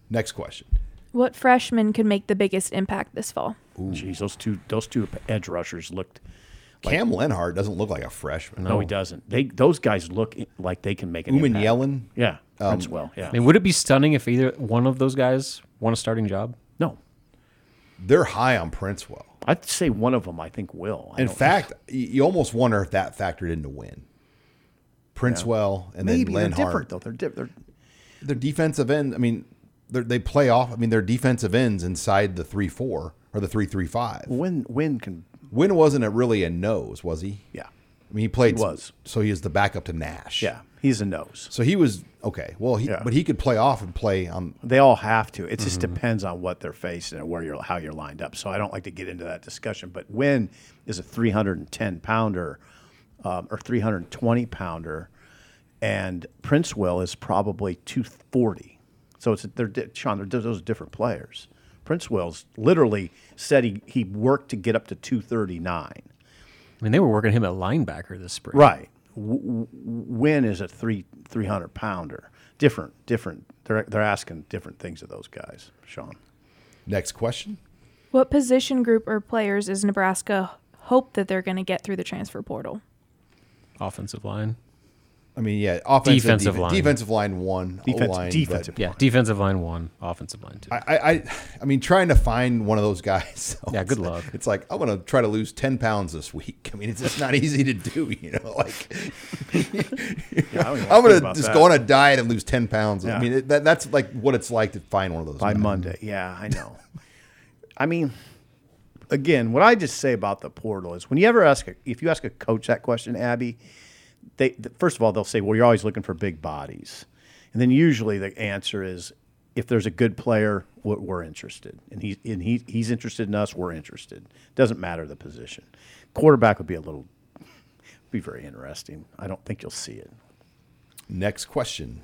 Next question.
What freshman could make the biggest impact this fall?
Jeez, those two those two edge rushers looked.
Cam Lenhart doesn't look like a freshman.
No, he doesn't. They those guys look i- like they can make an
Uman
impact.
Yellen.
Yeah, that's well. Yeah,
I mean, would it be stunning if either one of those guys won a starting job?
no,
They're high on Princewell.
I'd say one of them. I think will. I
In
don't-
fact, y- you almost wonder if that factored into win. Princewell and
maybe they're
then
different
Lenhart.
though. They're different.
Their defensive end. I mean, they're- they play off. I mean, their defensive ends inside the three four or the three three five.
When when can
Win wasn't a really a nose, was he?
yeah
I mean, he played.
He was.
so he is the backup to Nash.
yeah he's a nose.
So he was okay. Well, he,
Yeah.
but he could play off and play um, on
They all have to. It just depends on what they're facing and where you're how you're lined up. So I don't like to get into that discussion. But Wynn is a 310 pounder um, or 320 pounder, and Prince Will is probably 240. So it's they're di- Sean. They're di- those are different players. Prince Will's literally said he he worked to get up to 239.
I mean, they were working him at linebacker this spring.
Right. W- w- Win is a three three hundred pounder. Different, different. They're they're asking different things of those guys, Sean.
Next question.
What position group or players is Nebraska hope that they're going to get through the transfer portal?
Offensive line.
I mean, yeah, offensive
Defensive
defen-
line.
defensive line one,
Defense,
O-line,
defensive.
Yeah, defensive line one, offensive line two.
but I, I, I mean, trying to find one of those guys. so
Yeah, good
it's-
luck.
It's like I'm gonna try to lose ten pounds this week. I mean, it's just not easy to do. You know, like
Yeah, I don't even
I'm
wanna think
gonna
about
just
that.
go on a diet and lose ten pounds. I
Yeah.
mean, it, that, that's like what it's like to find one of those.
by
guys.
Monday. Yeah, I know. I mean, again, what I just say about the portal is when you ever ask, a, if you ask a coach that question, Abby, they th- first of all they'll say, "Well, you're always looking for big bodies," and then usually the answer is, "If there's a good player, we're, we're interested, and he and he he's interested in us, we're interested. Doesn't matter the position. Quarterback would be a little." Be very interesting. I don't think you'll see it.
Next question.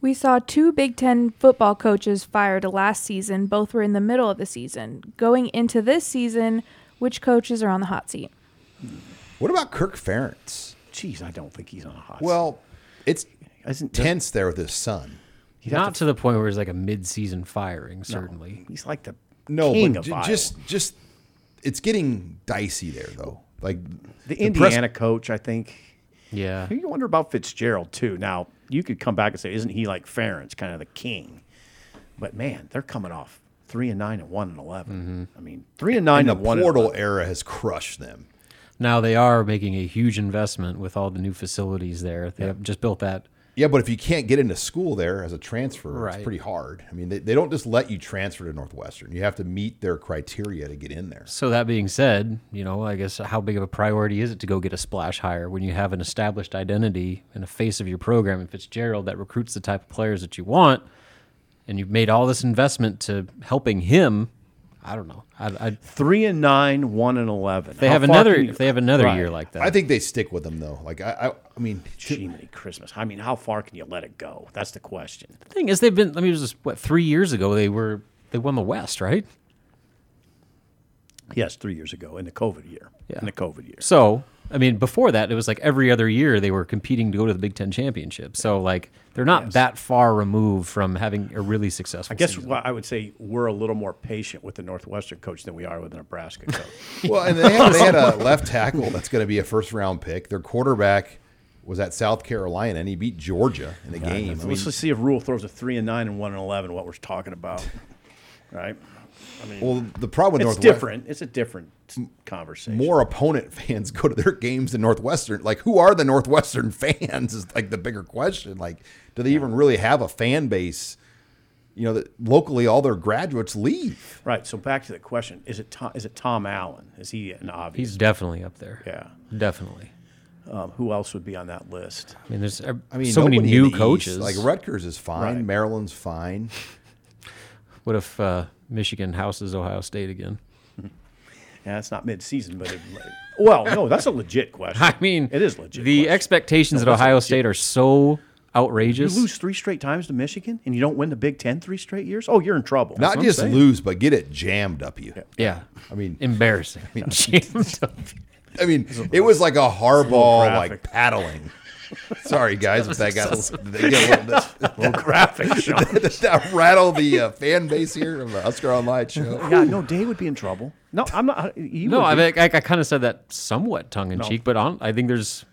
We saw two Big Ten football coaches fired last season. Both were in the middle of the season. Going into this season, which coaches are on the hot seat?
What about Kirk Ferentz?
Jeez, I don't think he's on a hot.
Well, it's
Isn't-
tense there with his son.
Not to, the point where it's like a mid-season firing, certainly.
he's like the
No,
king
but
of
ju-
Iowa.
just just it's getting dicey there though. Like
the
press-
Indiana coach, I think.
Yeah.
You wonder about Fitzgerald too. Now you could come back and say, isn't he like Ferentz, kind of the king? But man, they're coming off three and nine and one and 11
Mm-hmm.
I mean, three and nine
And the
and one and
portal era has crushed them.
Now they are making a huge investment with all the new facilities there. They have just built that.
Yeah, but if you can't get into school there as a transfer,
Right.
it's pretty hard. I mean, they, they don't just let you transfer to Northwestern. You have to meet their criteria to get in there.
So that being said, you know, I guess how big of a priority is it to go get a splash hire when you have an established identity and a face of your program in Fitzgerald that recruits the type of players that you want, and you've made all this investment to helping him? I don't know. I, I, if
three and nine, one and eleven.
they
How
have
far
another,
can you-
if they have another
Right.
year like that,
I think they stick with them though. Like I, I, I mean,
Gee, many Christmas. I mean, how far can you let it go? That's the question.
the thing is, they've been. I mean, it was just, what three years ago they were they won the West, right?
Yes, three years ago in the COVID year.
Yeah.
In the COVID year.
So, I mean, before that, it was like every other year they were competing to go to the Big Ten championship. So, like, they're not that far removed from having a really successful.
I guess
season.
what I would say we're a little more patient with the Northwestern coach than we are with the Nebraska coach.
well, and they had, they had a left tackle that's going to be a first round pick. Their quarterback was at South Carolina, and he beat Georgia in the game. I mean,
Let's just see if Rule throws a three and nine and one and eleven. What we're talking about, right?
well, the problem with
It's
Northwestern,
different. It's a different conversation.
more opponent fans go to their games than Northwestern. Like, who are the Northwestern fans? Is like the bigger question. Like, do they even really have a fan base? You know, that locally, all their graduates leave.
right. So back to the question: Is it Tom, is it Tom Allen? Is he an obvious?
he's definitely up there.
yeah.
Definitely.
Um, who else would be on that list?
I mean, there's
I mean,
so
nobody
many
in
new
the East.
coaches.
Like Rutgers is fine,
Right.
Maryland's fine.
what if uh, Michigan houses Ohio State again?
Yeah, it's not mid-season, but it, well, no, that's a legit question.
I mean,
it is legit.
The
question.
expectations at Ohio State are so outrageous.
You lose three straight times to Michigan and you don't win the Big Ten three straight years? Oh, you're in trouble. That's
Not
what I'm
just
saying.
lose, but get it jammed up you.
Yeah.
I mean,
Embarrassing. Jammed up.
I mean, it was like a Harbaugh like
graphic.
paddling. Sorry guys, if that got they get a little,
Well, graphic. Sean.
did that rattle the uh, fan base here of the Husker Online show.
yeah, no, Dave would be in trouble. No, I'm not. You
No,
would
I,
be.
mean, I, I kind of said that somewhat tongue in cheek, but on, I think there's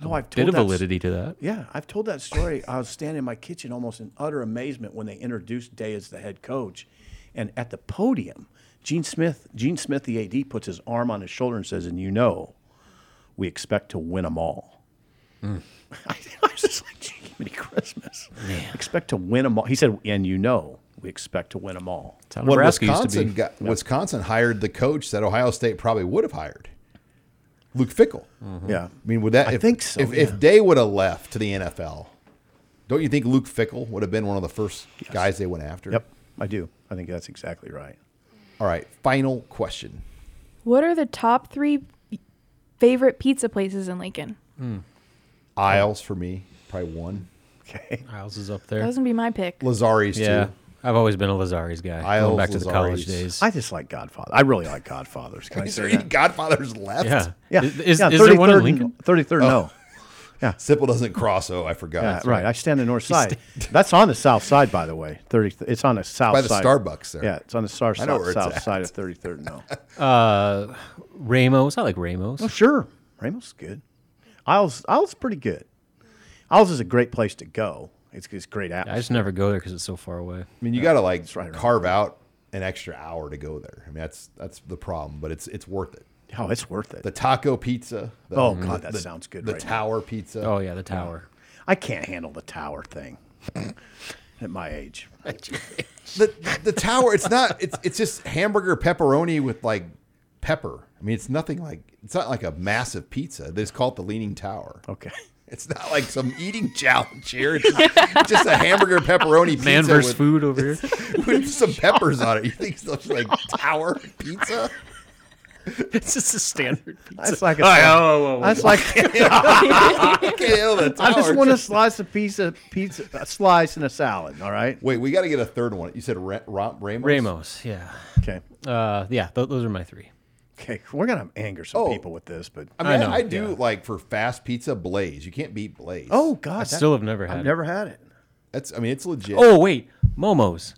no, I've
a bit
told
of
that s-
validity to that.
Yeah, I've told that story. I was standing in my kitchen almost in utter amazement when they introduced Day as the head coach. And at the podium, Gene Smith, Gene Smith, the AD, puts his arm on his shoulder and says, And you know, we expect to win them all. I was just like, Gee, give me Christmas. Expect to win them all. He said, And you know, we expect to win them all.
That's how
When
Nebraska used to
Wisconsin
be.
got Wisconsin hired the coach that Ohio State probably would have hired, Luke Fickle.
Yeah.
I mean, would that?
Hmm. I
if,
think so,
If, if
yeah.
Day would have left to the NFL, don't you think Luke Fickle would have been one of the first guys they went after?
Yep, I do. I think that's exactly right.
All right. Final question.
What are the top three favorite pizza places in Lincoln?
Isles for me, probably one.
Okay.
Isles is up
That
there.
was gonna be my pick.
Lazari's
Yeah.
too.
I've always been a Lazari's guy.
Isles,
going back to the
Lazzaris.
college days.
I just like Godfather. I really like Godfathers. Can I
Is
say
there
that?
any Godfathers left?
yeah.
Yeah.
Is, is,
yeah,
is there one
33rd
in
and-
Lincoln?
33rd, no.
Sipple doesn't cross. Oh, I forgot.
Yeah, right. I stand on the north side. That's on the south side, by the way. Thirty. It's on the south
By the
side.
Starbucks there.
Yeah, it's on the star,
I know
south,
where it's
south
at.
side of 33rd. No.
Ramos. I like Ramos.
oh, sure. Ramos is good. Isles Isles is pretty good. Isles is a great place to go. It's, it's great
I
atmosphere.
just never go there because it's so far away.
I mean, you got to like
right around
carve out an extra hour to go there. I mean, that's that's the problem, but it's it's worth it.
oh, it's worth it.
The taco pizza. The,
Oh, God, that
the-
sounds good
The
right now.
tower pizza.
Oh yeah, the tower.
I can't handle the tower thing. At my age,
The, the tower. It's not. It's it's just hamburger pepperoni with like pepper. I mean, it's nothing like. It's not like a massive pizza. They just call it the Leaning Tower.
okay.
It's not like some eating challenge here. It's just, just a hamburger pepperoni pizza
Man versus
with,
food over here.
with some peppers on it. You think it's like tower pizza?
it's just a standard pizza.
That's like a slice- that's like
I can't handle the tower.
I just want a slice of pizza, pizza, a slice and a salad. All right.
Wait, we got to get a third one. You said Ra- Ra- Ramos?
Ramos. Yeah.
Okay.
Uh, yeah. Th- those are my three.
Okay. We're gonna anger some
Oh.
people with this, but
I mean, I,
know,
I do like for fast pizza, Blaze. You can't beat Blaze.
oh god,
I
that-
still have never had.
I've
it.
never had it.
that's. I mean, it's legit.
Oh wait, Momos.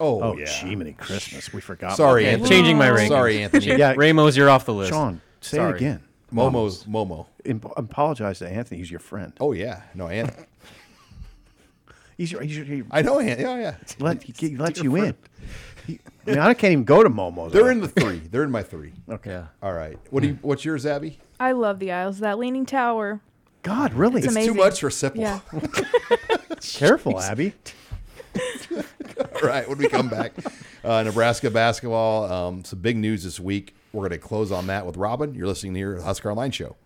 oh,
Oh,
yeah.
Jiminy Christmas. We forgot.
Sorry,
about
Anthony.
Changing my ranking.
Sorry, Anthony.
Yeah.
Ramos, you're off the
that.
list.
Sean, say
Sorry.
it again.
Momo's Momo.
Im- apologize to Anthony. He's your friend.
Oh yeah. No, Anthony.
He's, your- he's, your- he
I know. Yeah, yeah. yeah.
let, he lets you in. He- I mean, I can't even go to Momo's.
They're in the three. They're in my three.
Okay.
Yeah.
All right. What do you? What's yours, Abby?
I love the Isles. That Leaning Tower.
God, really?
It's too
amazing.
much for simple.
Yeah.
Careful, Abby.
All right, when we come back, uh, Nebraska basketball. Um, some big news this week. We're going to close on that with Robin. You're listening here to Husker Online Show.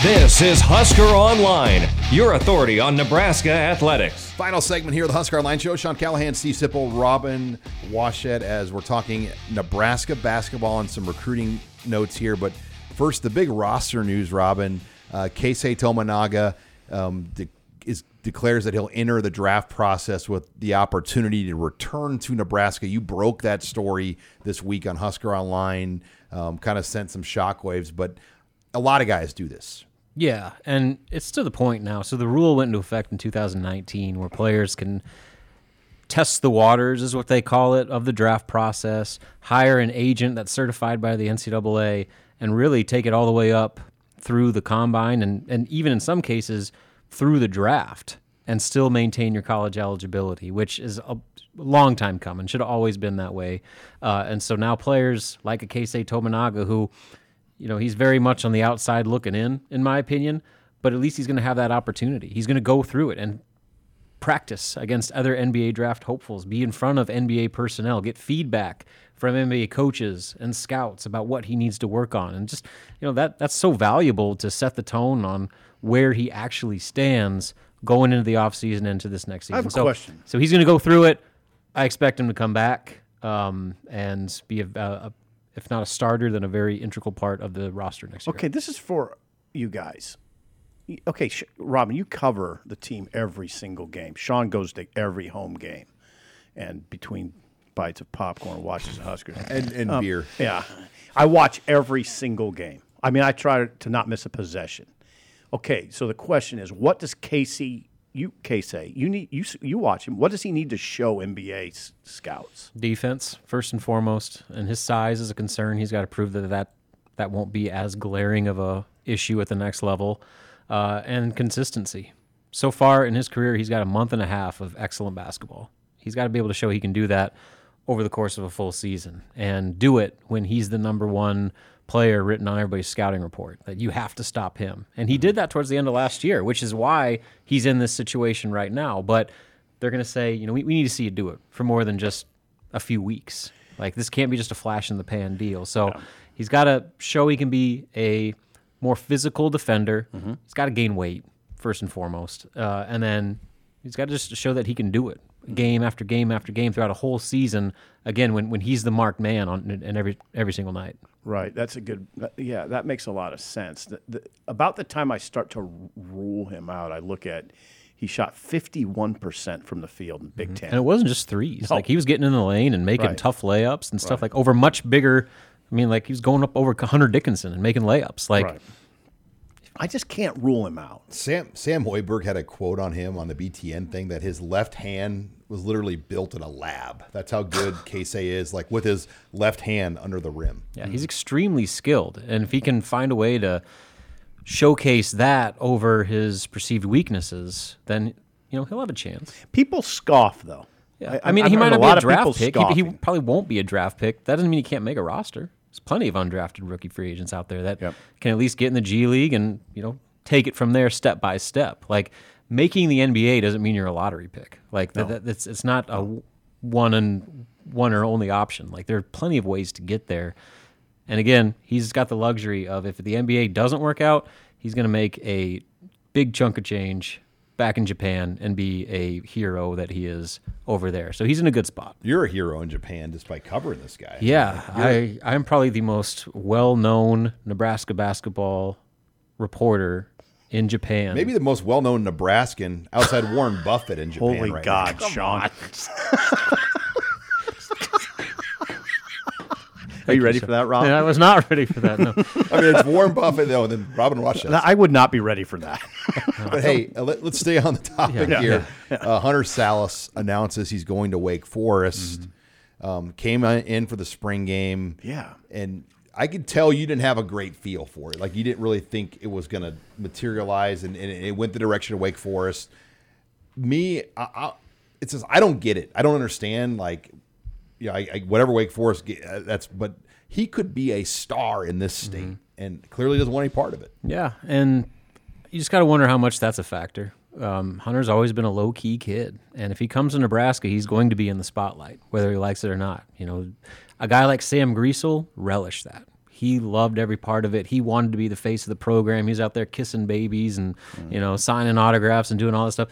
This is Husker Online, your authority on Nebraska athletics.
Final segment here of the Husker Online Show. Sean Callahan, Steve Sipple, Robin Washett, as we're talking Nebraska basketball and some recruiting notes here. But first, the big roster news, Robin. Uh, Keisei Tomanaga um, de- is, declares that he'll enter the draft process with the opportunity to return to Nebraska. You broke that story this week on Husker Online, um, kind of sent some shockwaves, but a lot of guys do this.
Yeah, and it's to the point now. So the rule went into effect in 2019 where players can test the waters, is what they call it, of the draft process, hire an agent that's certified by the NCAA, and really take it all the way up through the combine and, and even in some cases through the draft and still maintain your college eligibility, which is a long time coming, should have always been that way. Uh, and so now players like a Casey Tominaga, who you know, he's very much on the outside looking in, in my opinion, but at least he's going to have that opportunity. He's going to go through it and practice against other NBA draft hopefuls, be in front of NBA personnel, get feedback from NBA coaches and scouts about what he needs to work on. And just, you know, that that's so valuable to set the tone on where he actually stands going into the offseason into this next season.
have a
so,
question.
so he's going to go through it. I expect him to come back um, and be a, a, a if not a starter, then a very integral part of the roster next year.
Okay, this is for you guys. Y- Okay, Sh- Robin, you cover the team every single game. Sean goes to every home game, and between bites of popcorn, watches the Huskers.
And, and beer.
Yeah. I watch every single game. I mean, I try to not miss a possession. Okay, so the question is, what does Casey, you Casey, you need you s- you watch him. What does he need to show NBA s- scouts?
defense first and foremost, and his size is a concern. He's got to prove that that, that won't be as glaring of a issue at the next level, uh, and consistency. So far in his career, he's got a month and a half of excellent basketball. He's got to be able to show he can do that over the course of a full season and do it when he's the number one player written on everybody's scouting report that you have to stop him. And he did that towards the end of last year, which is why he's in this situation right now. But they're going to say, you know, we, we need to see you do it for more than just a few weeks. Like this can't be just a flash in the pan deal. So he's got to show he can be a more physical defender.
Mm-hmm.
He's got to gain weight first and foremost, uh, and then he's got to just show that he can do it
Mm-hmm.
game after game after game throughout a whole season. Again, when, when he's the marked man on and every every single night.
Right. That's a good. that- Yeah, that makes a lot of sense. The, the, about the time I start to r- rule him out, I look at he shot fifty one percent from the field in Big Ten.
And it wasn't just threes. Like he was getting in the lane and making
Right.
tough layups and stuff like over much bigger. I mean, like he was going up over Hunter Dickinson and making layups. Like
right. I just can't rule him out.
Sam Sam Hoiberg had a quote on him on the BTN thing that his left hand was literally built in a lab. That's how good Casey is, like with his left hand under the rim.
Yeah, he's extremely skilled, and if he can find a way to showcase that over his perceived weaknesses, then you know he'll have a chance.
People scoff though.
Yeah, I, mean, he
I've
might
heard
not be
lot
a
of people
draft pick. He, he
scoffing.
probably won't be a draft pick. That doesn't mean he can't make a roster. There's plenty of undrafted rookie free agents out there that
Yep.
can at least get in the G League and you know take it from there step by step. Like making the NBA doesn't mean you're a lottery pick. Like that, that, it's it's not a one and one or only option. Like there are plenty of ways to get there. And again, he's got the luxury of if the NBA doesn't work out, he's going to make a big chunk of change back in Japan and be a hero that he is over there. So he's in a good spot.
You're a hero in Japan just by covering this guy.
Yeah, I I'm probably the most well-known Nebraska basketball reporter in Japan.
Maybe the most well known Nebraskan outside Warren Buffett in Japan.
Holy
right
God, Sean! Are you ready for that, Rob?
And I was not ready for that. No.
now. I mean, it's Warren Buffett, though, and then Robin Washington.
I would not be ready for that.
But hey, uh, let, us stay on the topic
Yeah.
here. Uh, Hunter Salas announces he's going to Wake Forest. Um, came on- in for the spring game.
Mm-hmm. Yeah.
and I could tell you didn't have a great feel for it. Like you didn't really think it was going to materialize, and, and it went the direction of Wake Forest. Me, I, I, it's just I don't get it. I don't understand. Like, you know, I, I, whatever Wake Forest, ge- uh, that's but he could be a star in this state,
Mm-hmm.
and clearly doesn't want any part of it.
Yeah, and you just got to wonder how much that's a factor. Um, Hunter's always been a low key kid, and if he comes to Nebraska, he's going to be in the spotlight, whether he likes it or not. You know, a guy like Sam Greasel relished that. He loved every part of it. He wanted to be the face of the program. He's out there kissing babies and you know signing autographs and doing all this stuff.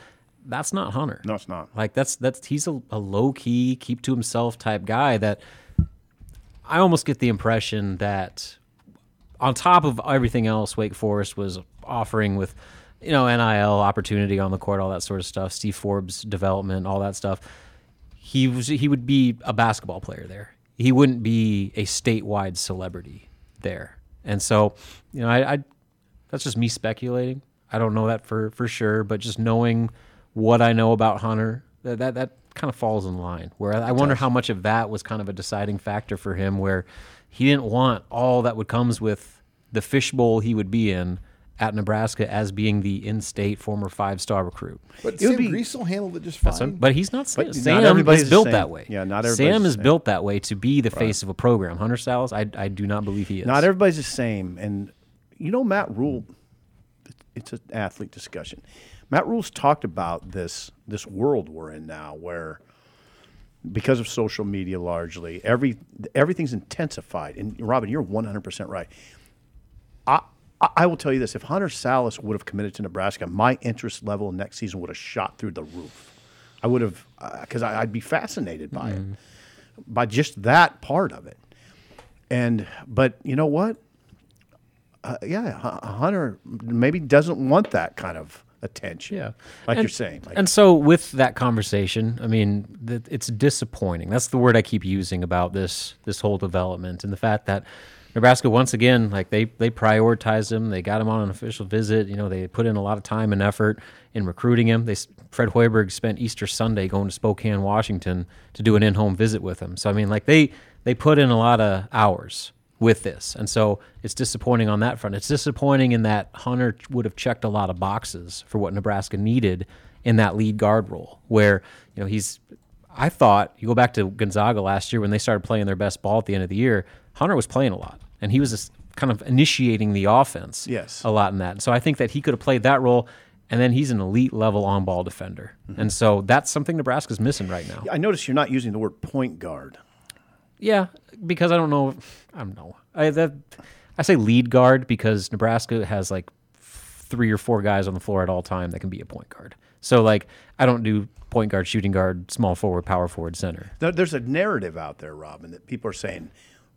That's not Hunter.
Mm-hmm. No, it's not.
Like that's that's he's a, a low key, keep to himself type guy that I almost get the impression that on top of everything else, Wake Forest was offering with, you know, NIL opportunity on the court, all that sort of stuff, Steve Forbes development, all that stuff. He was he would be a basketball player there. He wouldn't be a statewide celebrity there. And so, you know, I, I that's just me speculating. I don't know that for for sure, but just knowing what I know about Hunter, that that, that kind of falls in line. Where I, I wonder how much of that was kind of a deciding factor for him, where he didn't want all that would comes with the fishbowl he would be in at Nebraska as being the in-state former five-star recruit.
But Sam Greasel handled it just fine.
But he's not.
But
Sam
not everybody's
is
the
built
same.
that way.
Yeah, not everybody's
Sam
the
is
same.
built that way to be the face of a program. Hunter Salas, I, I do not believe he is.
Not everybody's the same, and you know Matt Rule. It's an athlete discussion. Matt Rule's talked about this this world we're in now, where because of social media largely, every everything's intensified. And Robin, you're 100 percent right. I I will tell you this: if Hunter Salas would have committed to Nebraska, my interest level next season would have shot through the roof. I would have because I I'd be fascinated by it, by just that part of it. And but you know what? Uh, yeah, Hu- Hunter maybe doesn't want that kind of attention.
Yeah.
like
And-
you're saying. Like,
and so with that conversation, I mean, th- it's disappointing. That's the word I keep using about this this whole development and the fact that Nebraska once again, like they they prioritized him. They got him on an official visit. You know, they put in a lot of time and effort in recruiting him. They s- Fred Hoiberg spent Easter Sunday going to Spokane, Washington, to do an in-home visit with him. So I mean, like they they put in a lot of hours with this. And so it's disappointing on that front. It's disappointing in that Hunter would have checked a lot of boxes for what Nebraska needed in that lead guard role, where, you know, he's, I thought, you go back to Gonzaga last year when they started playing their best ball at the end of the year, Hunter was playing a lot and he was just kind of initiating the offense
Yes.
a lot in that. So I think that he could have played that role. And then he's an elite level on ball defender. And so that's something Nebraska's missing right now.
I notice you're not using the word point guard.
Yeah, because I don't know. I don't know. I that I say lead guard because Nebraska has like three or four guys on the floor at all time that can be a point guard. So like I don't do point guard, shooting guard, small forward, power forward, center.
There, there's a narrative out there, Robin, that people are saying.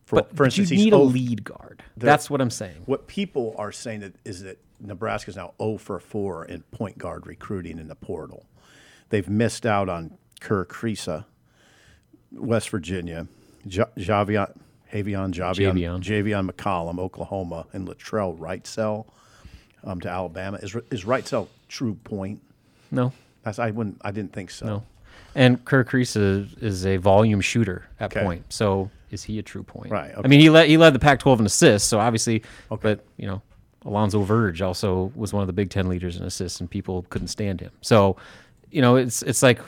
For,
But,
for
but you
instance, he's
need a
oh-
lead guard. That's what I'm saying.
What people are saying that is that Nebraska's now 0 for 4 in point guard recruiting in the portal. They've missed out on Kerr Creesa, West Virginia, Ja- Javion, Javion, Javion,
Javion.
Javion McCollum, Oklahoma, and Latrell Wrightsell um, to Alabama. Is, is Wrightsell true point?
No,
That's, I wouldn't. I didn't think so.
no. And Kirk Reese is, is a volume shooter at
Okay.
point. So is he a true point?
Right,
I
okay.
mean, he led he led the Pac-12 in assists. So obviously, but you know, Alonzo Verge also was one of the Big Ten leaders in assists, and people couldn't stand him. So, you know, it's it's like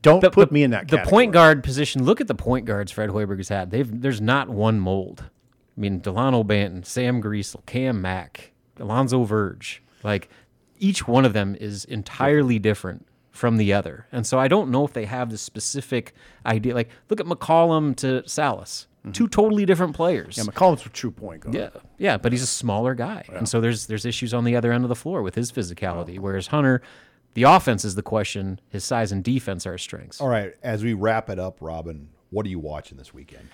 Don't
the-
put
the-
me in that.
The
category.
point guard position. Look at the point guards Fred Hoiberg has had. They've there's not one mold. I mean, Delano Banton, Sam Greasel, Cam Mack, Alonzo Verge. Like each one of them is entirely different from the other, and so I don't know if they have this specific idea. Like look at McCollum to Salas, two totally different players.
Mm-hmm. Yeah, McCollum's a true point guard.
Yeah, yeah, but he's a smaller guy, and so there's there's issues on the other end of the floor with his physicality. Whereas Hunter, the offense is the question. His size and defense are his strengths.
All right, as we wrap it up, Robin, what are you watching this weekend?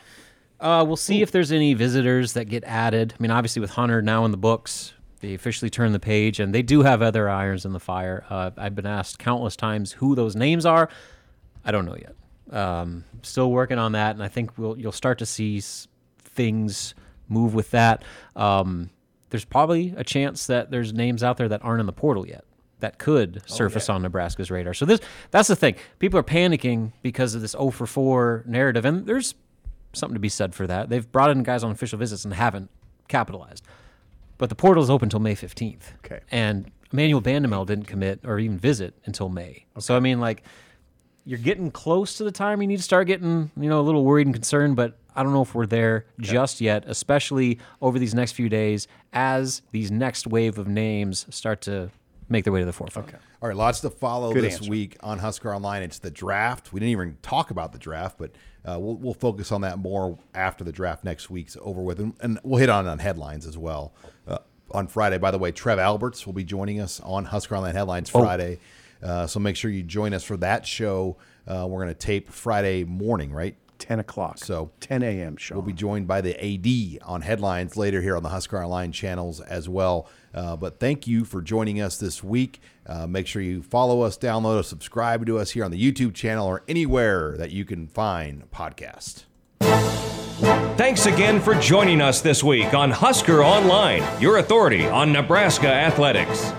Uh, we'll see if there's any visitors that get added. I mean, obviously with Hunter now in the books, they officially turn the page, and they do have other irons in the fire. Uh, I've been asked countless times who those names are. I don't know yet. Um, still working on that, and I think we'll you'll start to see s- things move with that. Um, there's probably a chance that there's names out there that aren't in the portal yet that could surface on Nebraska's radar. oh So this that's the thing. People are panicking because of this 0 for 4 narrative, and there's something to be said for that. They've brought in guys on official visits and haven't capitalized. But the portal is open until May 15th.
Okay.
And Emmanuel Bandamel didn't commit or even visit until May. So, I mean, like, you're getting close to the time you need to start getting, you know, a little worried and concerned, but I don't know if we're there just yet, especially over these next few days as these next wave of names start to make their way to the forefront. Okay.
All right, lots to follow
Good
this
answer.
week on Husker Online. It's the draft. We didn't even talk about the draft, but uh, we'll, we'll focus on that more after the draft next week's over with. And, and we'll hit on, on headlines as well uh, on Friday. By the way, Trev Alberts will be joining us on Husker Online Headlines Friday. Uh, so make sure you join us for that show. Uh, we're going to tape Friday morning, right?
10 o'clock.
So-
10 a.m. Sean.
We'll be joined by the AD on headlines later here on the Husker Online channels as well. Uh, but thank you for joining us this week. Uh, make sure you follow us, download us, subscribe to us here on the YouTube channel or anywhere that you can find podcasts.
Thanks again for joining us this week on Husker Online, your authority on Nebraska athletics.